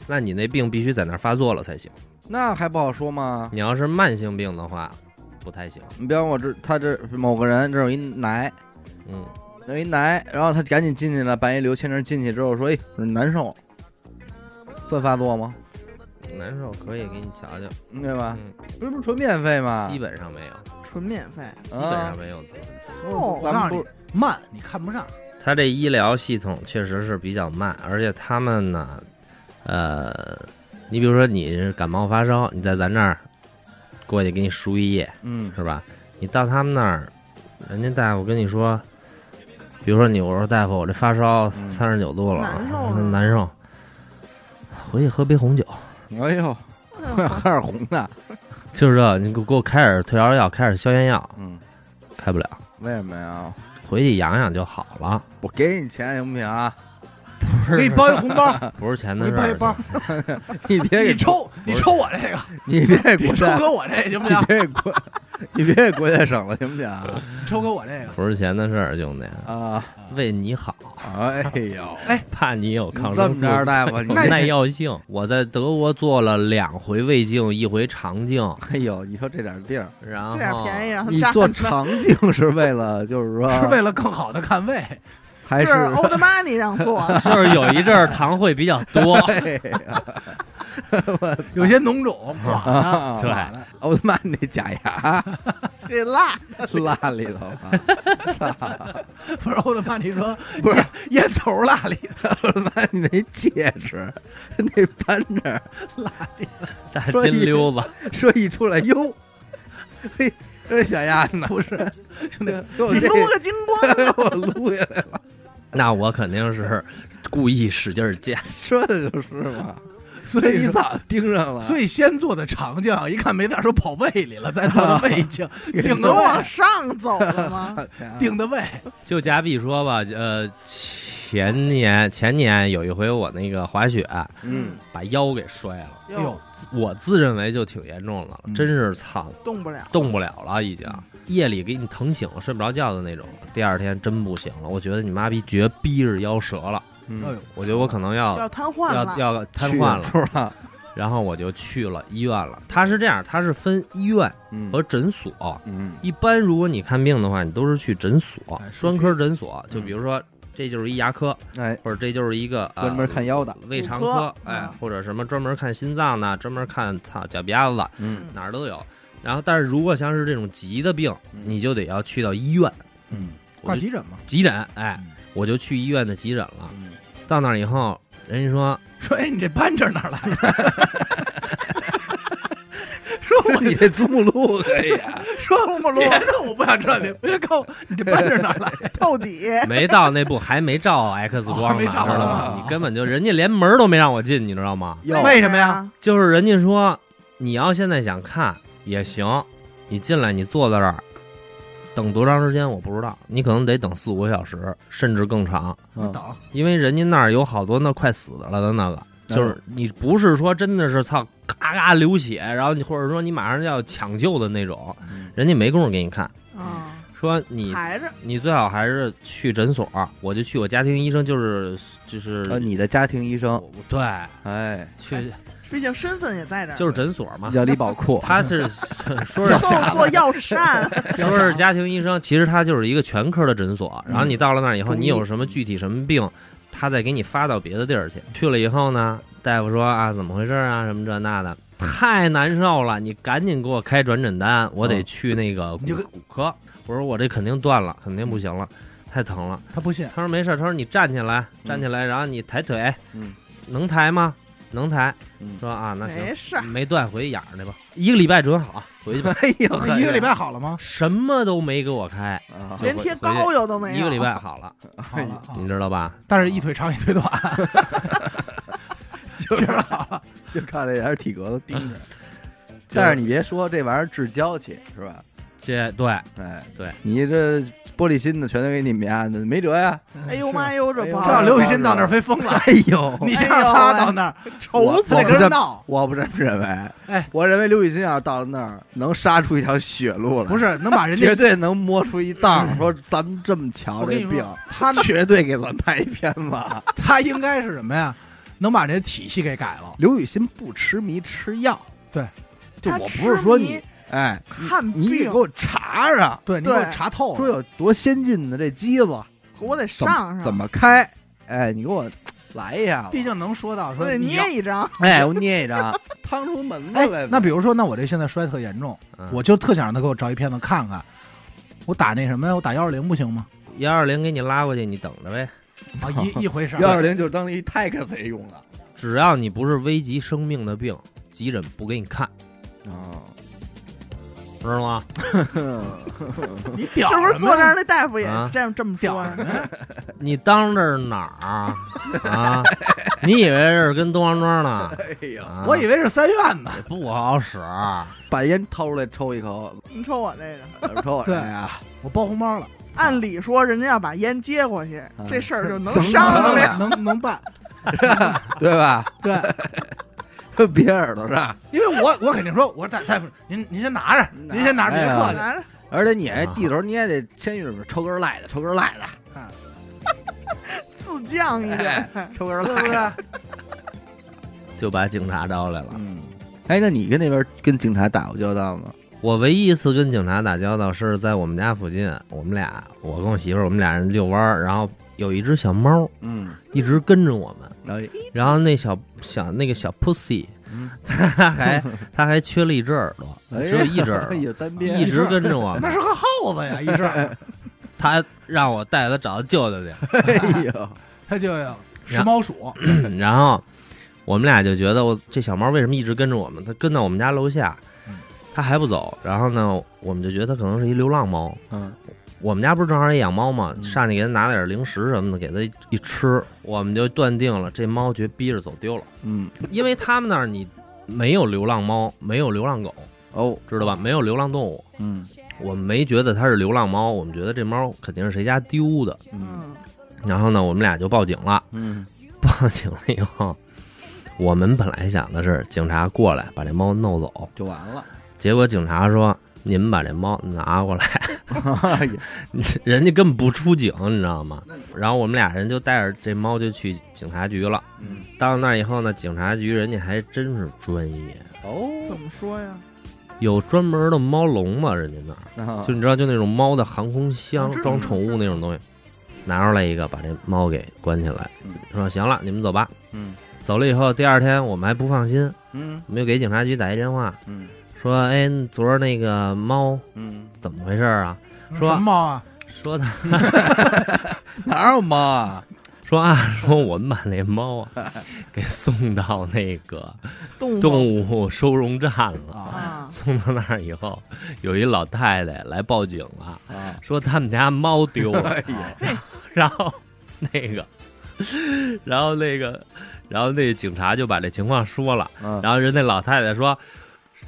S5: 那你那病必须在那儿发作了才行。
S1: 那还不好说吗？
S5: 你要是慢性病的话，不太行。
S1: 你比方我这他这某个人这有一奶，
S5: 嗯，
S1: 有一奶，然后他赶紧进去了，办一旅游签证进去之后说，哎，难受，算发作吗？
S5: 难受可以给你瞧瞧，
S1: 对吧？
S5: 嗯
S1: 不是不是纯免费吗？
S5: 基本上没有，
S3: 纯免费。
S5: 基本上没有。
S3: 哦
S1: 嗯咱
S2: 我告
S1: 们
S2: 诉
S1: 不
S2: 你慢，你看不上。
S5: 他这医疗系统确实是比较慢，而且他们呢，呃，你比如说你是感冒发烧，你在咱这儿过去给你输一液
S1: 嗯
S5: 是吧？你到他们那儿，人家大夫跟你说，比如说你我说大夫我这发烧
S1: 嗯
S5: 三十九度了，
S3: 难受啊
S5: 难受，回去喝杯红酒，
S2: (laughs)
S1: 哎呦，还是红的，
S5: 就是这，你给我给我开点退烧药，开点消炎药，
S1: 嗯，
S5: 开不了，
S1: 为什么呀？
S5: 回去养养就好了，
S1: 我给你钱行不行啊？
S2: 我给你包一红包，
S5: 不是钱
S2: 我
S5: 的
S2: 给
S5: 事
S2: 你包一
S5: 儿。
S2: 包，
S1: 你别给
S2: 你，抽你抽我这个，
S1: (laughs) 你别给
S2: 你
S1: 国
S2: 抽
S1: 家，
S2: 给我这个行不
S1: 你
S2: 行？
S1: 别给国，你别给国家省了行不行啊？
S2: 你抽给我这个，
S5: 不是钱的事儿，兄弟，
S1: 啊，
S5: 为你好。
S1: 哎呦，
S5: 怕你有抗
S1: 这
S5: 生
S1: 么
S5: 素
S1: 着，大夫，
S5: 有
S1: 你
S5: 耐药性。我在德国做了两回胃镜，一回肠镜，
S1: 哎呦，你说这点地儿，
S5: 然后，
S3: 这点便宜啊让他们
S1: 你
S3: 占
S1: 做
S3: 了
S1: 肠镜是为了，就是说，
S2: 是为了更好的看胃。
S1: 还
S3: 是啊欧德玛尼让做的
S5: (laughs) 就是有一阵儿糖会比较
S1: (laughs)
S5: 多，
S1: 对哎呀，我
S2: 有些脓肿，
S1: 啊
S5: 对
S2: 垮了
S1: 奥特曼那假
S3: (laughs)
S1: 牙
S3: 这辣
S1: 落里头了，
S3: (laughs)
S2: 不是我的妈！你说
S1: 不是
S2: 烟头落里，
S1: 奥特曼那戒指，那扳指，
S5: 大金溜子。
S1: 说一出来，哟，嘿，这小丫头不是，兄弟，给我
S3: 你
S1: 这
S3: 撸个精光，
S1: 给 (laughs) 我撸下来了，
S5: (laughs) 那我肯定是故意使劲儿夹。
S1: 说的就是嘛，
S2: 所
S1: 被
S2: 以
S1: 你
S2: 说
S1: 早盯上了，
S2: 所以先做的肠镜，一看没字儿说跑胃里了，再做的胃镜，顶
S3: 能
S2: 的
S3: 往
S2: 胃，
S3: 上走了吗？
S1: 哎
S2: 顶的胃，
S5: 就假比说吧，呃，前年前年有一回我那个滑雪
S1: 嗯，
S5: 把腰给摔了，
S2: 哎呦，
S5: 我自认为就挺严重了，
S1: 嗯
S5: 真是操
S3: 动不了，
S5: 动不了了，已经夜里给你疼醒了，睡不着觉的那种。第二天真不行了，我觉得你妈逼绝逼着腰折了，
S1: 嗯，
S2: 哎呦，
S5: 我觉得我可能要
S3: 要瘫痪
S5: 要
S3: 了，
S5: 要瘫痪了，
S1: 是吧？
S5: 然后我就去了医院了。他是这样，他是分医院
S1: 嗯
S5: 和诊所。
S1: 嗯
S5: 一般如果你看病的话，你都是去诊所
S2: 哎，是
S5: 专科诊所，
S1: 嗯
S5: 就比如说这就是一牙科，
S1: 哎，
S5: 或者这就是一个呃
S1: 专门看腰的，
S5: 胃肠
S3: 骨
S5: 科
S3: 科，
S5: 哎
S3: 嗯，
S5: 或者什么专门看心脏的，专门看操脚丫子的，
S1: 嗯
S5: 哪儿都有。然后，但是如果像是这种急的病，
S1: 嗯
S5: 你就得要去到医院，
S1: 嗯
S5: 我就
S2: 急诊嘛。
S5: 急诊，哎
S2: 嗯，
S5: 我就去医院的急诊了。
S1: 嗯，
S5: 到那儿以后，人家
S2: (laughs)
S5: 说
S2: 说哎，你这扳指哪 (laughs) 儿来的？
S1: 说你这珠穆路可以啊，
S2: 说我们别的我不想 (laughs) 知道你，别告诉我你这扳指哪儿
S5: (laughs)
S2: 来的？
S3: 透底，
S5: 没到那步，还没照 X 光
S2: 哦还
S5: 呢，
S2: 没
S5: 知
S2: 照
S5: 道吗
S1: 啊？
S5: 你根本就人家连门儿都没让我进，你知道吗？
S1: (laughs) 哟，
S2: (laughs) 为什么呀？
S5: 就是人家说你要现在想看也行，你进来你坐在这儿，等多长时间我不知道，你可能得等四五个小时，甚至更长，
S1: 嗯
S2: 等
S5: 因为人家那儿有好多那快死的了的那个。
S1: 嗯
S5: 就是你不是说真的是操嘎嘎流血，然后你或者说你马上就要抢救的那种，
S1: 嗯
S5: 人家没工夫给你看，
S3: 啊，
S5: 说你
S3: 排着
S5: 你最好还是去诊所，我就去我家庭医生，就是就是
S1: 呃，你的家庭医生，
S5: 我我对
S1: 哎，
S5: 去
S3: 毕竟身份也在这儿，
S5: 就是诊所嘛。
S1: 叫李宝库，(laughs)
S5: 他是说是
S3: 做做药 (laughs) 膳，
S5: 说是家庭医生，其实他就是一个全科的诊所。然后你到了那儿以后，
S1: 嗯中医
S5: 你有什么具体什么病，他再给你发到别的地儿去。去了以后呢，大夫说啊，怎么回事啊，什么这那的，太难受了，你赶紧给我开转诊单，我得
S1: 嗯
S5: 去那个骨
S2: 你就跟
S5: 骨科。我说我这肯定断了，肯定不行了，太疼了。
S2: 他不信，
S5: 他说没事儿，他说你站起来，
S1: 嗯
S5: 站起来，然后你抬腿，
S1: 嗯，
S5: 能抬吗？能抬。
S1: 嗯
S5: 说啊，那行，
S3: 没事儿，
S5: 没断，回去养着去吧。一个礼拜准好，回去吧。
S1: 哎呦，
S2: 那一个礼拜好了吗？
S5: 什么都没给我开，
S1: (laughs) 啊
S5: 就
S3: 连贴膏药都没有，
S5: 一个礼拜好了，
S2: 好了，啊
S5: 你知道吧？
S2: 但是一腿长一腿 (laughs) 短，
S1: 就是就靠这点儿体格子
S5: (laughs)
S1: 盯着。但是你别说，这玩意儿治娇气是吧？
S5: 这对
S1: 哎，
S5: 对，
S1: 你这玻璃心的全都给你们家，没辙呀。
S3: (laughs) 哎呦妈呦，
S1: 哎
S3: 这不
S2: 这
S1: 呦
S3: 好
S2: 要
S1: 这
S2: 刘雨欣到那儿非疯了。
S1: (laughs) 哎 (laughs) 呦，
S2: 你先让他到那儿，
S1: 愁
S2: 他得跟人闹。
S1: 我不这么认为。
S2: 哎，
S1: 我认为刘雨欣要是到了那儿，能杀出一条血路来，
S2: 不是能把人
S1: 绝
S2: 家
S1: 对能摸出一道儿。说咱们这么巧，
S2: 我
S1: 这
S2: 跟你
S1: 病
S2: 说他
S1: 绝对给咱拍一片子。
S2: 他应该是什么呀？能把这体系给改了。
S1: 刘雨欣不痴迷吃药，
S2: 对，
S1: 就
S3: 他
S1: 我不
S3: 痴
S1: 是说
S3: 迷
S1: 你，哎，
S3: 看病，
S1: 你得给我查查，
S2: 对，你给我
S3: 对
S2: 查透
S1: 说
S2: 了。
S1: 有多先进的这机子
S3: 我得上上，
S1: 怎么开，哎，你给我来一下子，
S2: 毕竟能说到
S3: 我
S2: 说
S3: 得
S2: 你要
S3: 捏一张，
S1: 哎，我捏一 (laughs) 张，趟出门子来
S2: 哎
S1: 呗。，
S2: 那比如说，那我这现在摔特严重，我就特想让他给我照一片子看看。我打那什么呀？我打幺二零不行吗？
S5: 幺二零给你拉过去，你等着呗。
S2: 啊，一一回事儿。
S1: 幺二零就是当一 taxi 用的
S5: 只要你不是危及生命的病，急诊不给你看，
S1: 啊，
S5: 知道吗？
S2: 你
S3: (laughs)
S2: 屌
S3: 是不是
S2: 什么
S3: 坐
S2: 呀
S3: 那儿那大夫也
S5: 啊
S3: 是这样这么
S2: 屌
S3: 说呀？
S2: 什么呀？
S5: 你当这儿哪儿啊？啊，你以为这是跟东王庄呢？
S1: 哎呀，
S5: 啊
S2: 我以为是三院呢。
S5: 不好使，
S1: 把烟掏出来抽一口，呃
S3: 你瞅我这个，
S1: 抽我这
S2: 对
S1: 哎呀，
S2: 我包红包了，
S3: 按理说人家要把烟接过去，这事儿就能
S1: 能
S3: 商
S1: 商量。
S3: 量
S2: 能能办。
S1: 对吧？
S2: 对，
S1: 别耳朵上，
S2: 因为我我肯定说，我说大大夫，您您先拿着，
S1: 拿
S2: 您先拿着，别
S1: 哎呀
S2: 客气。
S3: 拿着
S1: 而且你还地头你也得先里面抽根儿赖的，抽根儿赖的，
S3: 自降一点，
S5: 哎
S1: 抽根儿
S2: 对
S1: 赖
S2: 不
S1: 的。啊
S2: 对？
S5: 就把警察招来了。
S1: 嗯，哎，那你跟那边跟警察打过交道吗？
S5: 我唯一一次跟警察打交道是在我们家附近，我们俩，我跟我媳妇儿，我们俩人遛弯儿，然后有一只小猫
S1: 嗯，
S5: 一直跟着我们，
S1: 哎，
S5: 然后那小小那个小 pussy，
S1: 嗯
S5: 它
S1: (laughs)
S5: 还它还缺了一只耳朵，只有一只耳
S1: 哎
S5: (laughs) 朵，
S1: 呀，单边
S5: 一直跟着我
S2: 那
S5: 们，
S2: 是个耗子呀，一阵
S5: 它让我带它找舅舅去， (clears throat)
S1: 哎呦，
S2: 他就有食猫鼠，
S5: 然后我们俩就觉得我这小猫为什么一直跟着我们？它跟到我们家楼下
S2: 嗯，
S5: 它还不走。然后呢，我们就觉得它可能是一流浪猫。
S1: 嗯，
S5: 我们家不是正好也养猫嘛，
S1: 嗯
S5: 上去给它拿点零食什么的，给它一吃，我们就断定了这猫绝逼着走丢了，
S1: 嗯，
S5: 因为他们那儿你没有流浪猫，没有流浪狗，
S1: 哦，
S5: 知道吧？没有流浪动物。
S1: 嗯
S5: 我们没觉得它是流浪猫，我们觉得这猫肯定是谁家丢的。
S1: 嗯
S3: 嗯，
S5: 然后呢，我们俩就报警了。
S1: 嗯，
S5: 报警了以后，我们本来想的是警察过来把这猫弄走，
S1: 就完
S2: (laughs)
S1: 了。
S5: 结果警察说你们把这猫拿过来， (laughs)
S1: 哎呀
S5: 人家根本不出警，你知道吗？然后我们俩人就带着这猫就去警察局了。
S1: 嗯，
S5: 到那儿以后呢，警察局人家还真是专业，
S1: 哦
S3: 怎，么说呀？
S5: 有专门的猫笼子，人家那儿
S1: 啊
S5: 就你知道，就那种猫的航空
S3: 啊
S5: 箱
S3: 这是
S5: 装宠物那种东西，拿出来一个，把这猫给关起来
S1: 嗯，
S5: 说行了，你们走吧。
S1: 嗯
S5: 走了以后，第二天我们还不放心，
S1: 嗯
S5: 我们就给警察局打一电话，
S1: 嗯
S5: 说：“哎，昨儿那个猫
S1: 嗯，
S5: 怎么回事儿啊？说
S2: 什么猫啊？
S5: 说他
S1: 哪有猫啊？
S5: 说啊，说我们把那猫啊给送到那个
S3: 动
S5: 动物收容站
S1: (laughs)
S5: 了。
S2: 啊，
S3: 啊，
S5: 送到那儿以后，有一老太太来报警了，
S1: 啊，
S5: 说他们家猫丢了。
S1: (laughs) 哎呀，
S5: 然后那个，然后那个，然后那警察就把这情况说了。
S1: 嗯
S5: 然后人那老太太说：“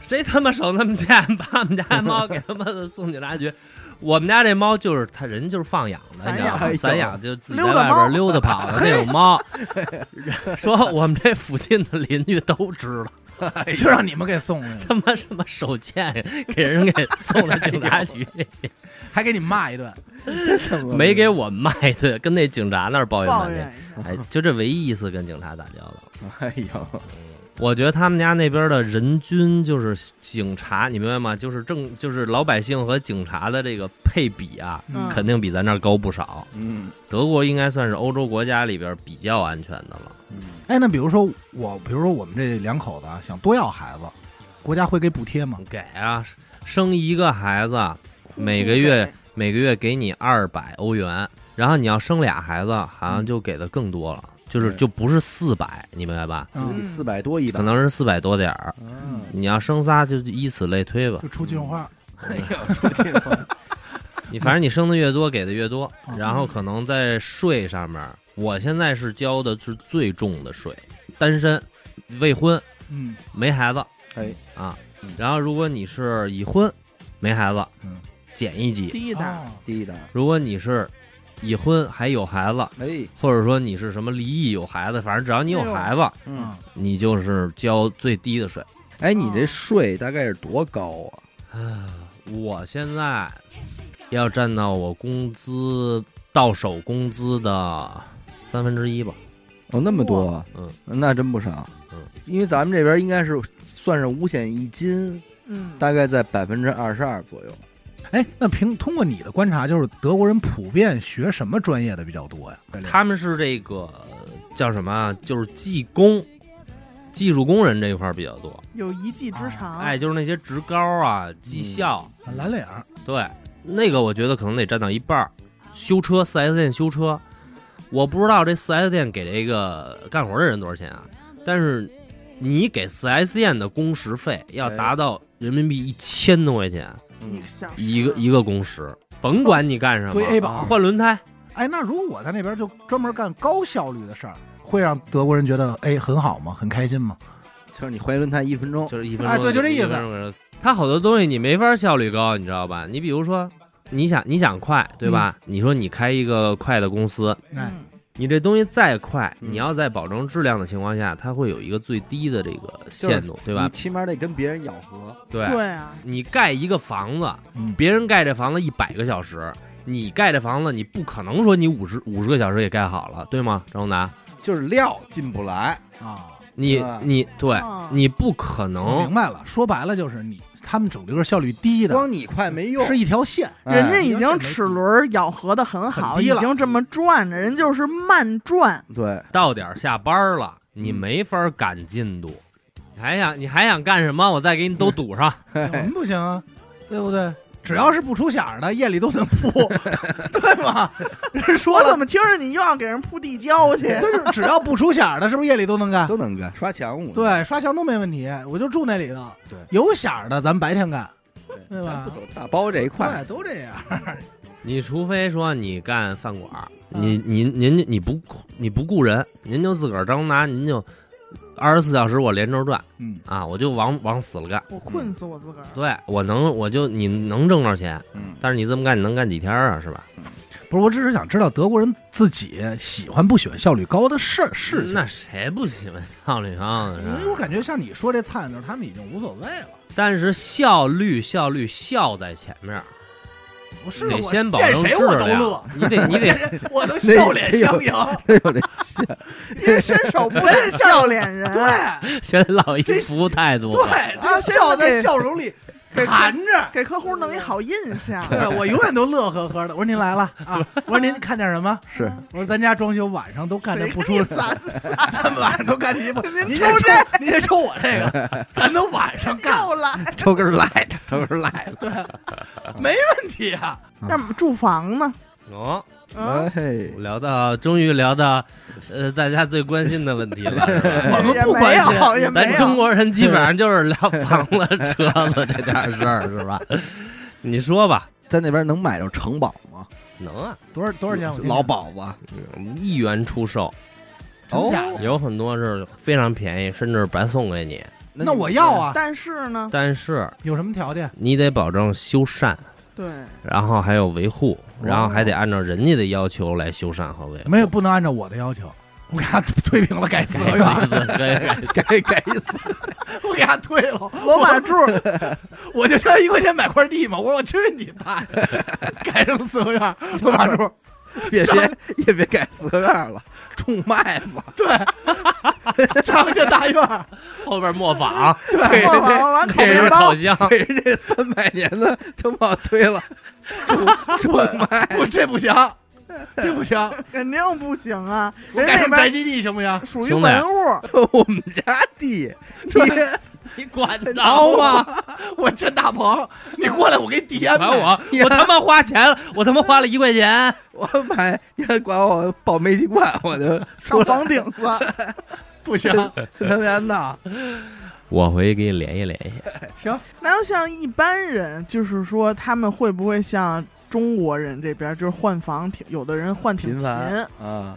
S5: 谁他妈手那么贱，把我们家猫给他妈的送警察局？我们家这猫就是他人就是放养的，
S3: 散
S5: 你知道
S1: 养
S5: 吗？散养就自己在
S3: 溜达
S5: 外
S3: 猫
S5: 边溜达跑的那种猫。说我们这附近的邻居都知道，
S2: 就让你们给送去，
S5: 他妈什么手贱，给人给送到警察 (laughs) 局，
S2: 还给你骂一顿。
S5: 没给我们骂一顿，跟那警察那儿抱怨
S3: 抱
S5: 半
S3: 怨
S5: 天。
S3: 一下，
S5: 哎，就这唯一一次跟警察打交道。”
S1: (laughs) 哎呦，
S5: 我觉得他们家那边的人均就是警察，你明白吗？就是正就是老百姓和警察的这个配比啊，
S3: 嗯
S5: 肯定比咱这儿高不少。
S1: 嗯
S5: 德国应该算是欧洲国家里边比较安全的了。
S1: 嗯，
S2: 哎，那比如说我，比如说我们这两口子啊，想多要孩子，国家会给补贴吗？
S5: 给啊，生一个孩子每个月每个月给你二百欧元，然后你要生俩孩子，好像就给的更多了，就是
S1: 对
S5: 就不是四百，你明白吧？
S2: 嗯，
S1: 四百多一
S5: 可
S1: 百，
S5: 能是四百多点儿。
S1: 嗯，
S5: 你要生仨，就依此类推
S2: (laughs)
S5: 吧。
S2: 就出金花。
S1: 哎呦，出去了，
S5: 你反正你生的越多，给的越多
S2: 嗯，
S5: 然后可能在税上面，我现在是交的是最重的税，单身、未婚、
S2: 嗯，
S5: 没孩子，
S1: 哎
S5: 啊
S1: 嗯，
S5: 然后如果你是已婚、没孩子
S2: 嗯，
S5: 减一级；
S3: 低的，
S2: 哦
S1: (laughs) 低的，
S5: 如果你是已婚还有孩子，
S1: (laughs) 哎，
S5: 或者说你是什么离异有孩子，反正只要你有孩子，
S1: 嗯，
S5: 你就是交最低的税。
S1: 哎，你这税大概是多高啊？
S5: 我现在要占到我工资到手工资的三分之一吧。
S1: 哦，那么多啊，
S5: 嗯
S1: 那真不少。
S5: 嗯，
S1: 因为咱们这边应该是算是五险一金，
S3: 嗯，
S1: 大概在百分之二十二左右。
S2: 哎，那凭通过你的观察，就是德国人普遍学什么专业的比较多呀？
S5: 他们是这个叫什么啊？就是技工、技术工人这一块儿比较多。
S3: 有一技之长，
S5: 哎，就是那些职高啊、技校，
S2: 蓝领儿
S5: 对那个我觉得可能得占到一半儿。修车四 S 店修车，我不知道这四 S 店给这个干活的人多少钱啊，但是你给四 S 店的工时费要
S1: 哎
S5: 达到人民币一千多块钱
S1: 嗯
S3: 一个小时
S5: 一个一个工时，甭管你干什
S2: 作为 A
S5: 么，啊
S2: 宝，
S5: 换轮胎。
S2: 哎，那如果我在那边就专门干高效率的事儿，会让德国人觉得哎很好吗？很开心吗？
S1: 就是你换一轮胎一分钟，
S5: 就是一分钟，
S2: 哎对就这
S5: 一
S2: 意思
S5: 分钟。他好多东西你没法效率高，你知道吧？你比如说，你想你想快，对吧？
S2: 嗯
S5: 你说你开一个快的公司，
S2: 哎，
S3: 嗯
S5: 你这东西再快，
S1: 嗯
S5: 你要在保证质量的情况下，它会有一个最低的这个限度，对吧
S1: 你？起码得跟别人咬合。
S5: 对
S3: 对啊，
S5: 你盖一个房子，
S2: 嗯，
S5: 别人盖这房子一百个小时。你盖这房子，你不可能说你五十五十个小时也盖好了，对吗？张宏达，
S1: 就是料进不来，
S2: 啊，
S5: 你
S1: 对
S5: 你对，
S3: 啊
S5: 你不可
S2: 我
S5: 能
S2: 哦明白了，说白了就是你他们整个效率低的
S1: 光你快没用，
S2: 是一条线，
S1: 哎
S3: 人家已经齿轮咬合的很好，
S2: 很低
S3: 已
S2: 了
S3: 经这么转着，人就是慢转，
S1: 对，
S5: 到点儿下班了，你
S1: 嗯
S5: 没法赶进度，你还想你还想干什么？我再给你都堵上。
S2: 怎么不行啊？对不对？只要是不出响儿的，夜里都能 (laughs) 铺，对吗？人说
S3: 我
S2: (laughs) 了
S3: 怎，么听着你又要给人铺地胶去
S2: 但？是只要不出响儿的，是不是夜里都能干？
S1: 都能干，刷墙我
S2: 对，刷墙都没问题，我就住那里头。
S1: 对
S2: 有响儿的咱们白天干，
S1: 对
S2: 对吧
S1: 咱不走大包这一块，
S2: 对，都这样。
S5: 你除非说你干饭馆儿，
S2: 嗯
S5: 你您您你不你不雇人，您就自个儿张拿，您就二十四小时我连轴转
S1: 嗯
S5: 啊，我就往往死了干。
S3: 我困死我自个儿。
S5: 对我能，我就你能挣着钱，
S1: 嗯，
S5: 但是你这么干，你能干几天啊？是吧？
S2: 不是，我只是想知道德国人自己喜欢不喜欢效率高的事儿事情。
S5: 那谁不喜欢 (laughs) 效率高啊的是
S2: 因为哎我
S5: 吧？
S2: 感觉像你说这菜呢，他们已经无所谓了。
S5: 但是效率效率效在前面儿，
S2: 我是
S5: 得
S2: 我
S5: 先保
S2: 见
S5: 证质
S2: 谁我都
S5: 量
S2: 乐，。
S5: 你得 (laughs) 你得
S2: 见 (laughs) 谁我都笑脸相迎，
S1: 这有这
S3: 因为伸手不
S2: (laughs)
S3: 见笑脸人，
S2: 对
S5: 现在老一服务态度了，
S2: 对，这笑在笑容 (laughs) 里
S3: 给
S2: 含着。
S3: 给客户弄一好印象。
S2: (laughs) 对，我永远都乐呵呵的。我说您来了啊， (laughs) 我说您看点什么？
S1: 是
S2: 我说咱家装修晚上都干的
S3: 谁
S2: 不
S3: 给
S2: 出
S3: 你咱
S2: 咱们晚上都干这一步， (laughs) 您
S3: 抽
S2: 这，您先抽我这 (laughs) 个，咱都晚上干
S3: 又来，
S1: 抽根儿来的，抽根儿来的，
S2: 问题啊。
S3: 那住房
S2: (laughs)
S3: 呢？
S5: 哦，
S3: 嗯，
S1: 哎，
S5: 聊到终于聊到，呃，大家最关心的问题了。是吧
S2: 哎我们
S3: 也
S2: 不
S3: 没
S2: 关心
S3: 有，也没
S5: 咱
S3: 有。
S2: 啊
S5: 中国人基本上就是聊房子、车子这点事儿，是吧？你说吧，
S1: 在那边能买着城堡吗？
S5: 能啊，
S2: 多少多少钱？我听听
S1: 老鸨子，
S5: 一元出售，
S2: 真假
S1: 哦
S5: 有很多是非常便宜，甚至白送给你。
S2: 那我要，啊，
S3: 但是呢，
S5: 但是
S2: 有什么条件？
S5: 你得保证修缮，
S3: 对，
S5: 然后还有维护，然后还得按照人家的要求来修缮和维护。
S2: 没有，不能按照我的要求， (laughs) 我给他推平了， (laughs) 改四合院，
S5: 对，
S1: 该该死，
S2: 我给他退了，
S3: 罗马柱
S2: (laughs) 我就差一块钱买块地嘛。我说我去你大爷， (laughs) 改成四合 (laughs) 院，罗马柱，
S1: 别别也别改四合院了，种麦子，
S2: 张家大 (laughs) 院，
S5: 后边磨坊，
S1: 对
S3: 做完完烤
S5: 这
S3: 面
S5: 是
S3: 包
S5: 烤，箱，
S1: 给人家三百年的城堡推了， (laughs) 种种麦，
S2: (laughs) 不，这不行，
S5: (laughs)
S2: 这不行，
S3: 肯定不行啊！
S2: 我
S3: 人
S2: 改
S3: 那
S2: 成宅
S3: 边
S2: 基地行不行？
S3: 属于
S5: 兄弟
S2: 啊
S3: 文物，
S1: 我们家地，
S2: 对
S5: 你管得着吗？
S2: 啊我建大棚，你过来，我给你抵押
S5: 管我
S1: 你，
S5: 我他妈花钱了，我他妈花了一块钱，
S1: 我买，你还管我报煤气罐，我就
S3: 上房顶子，
S2: (laughs)
S1: (laughs)
S2: 不
S5: (laughs)
S2: 行，
S1: 跟他们家
S2: (laughs)
S1: 闹，
S5: 我回去给你联系联系。
S2: 行，
S3: 那要像一般人，就是说他们会不会像中国人这边，就是换房挺有的人换挺
S1: 频
S3: 勤，
S1: 繁啊，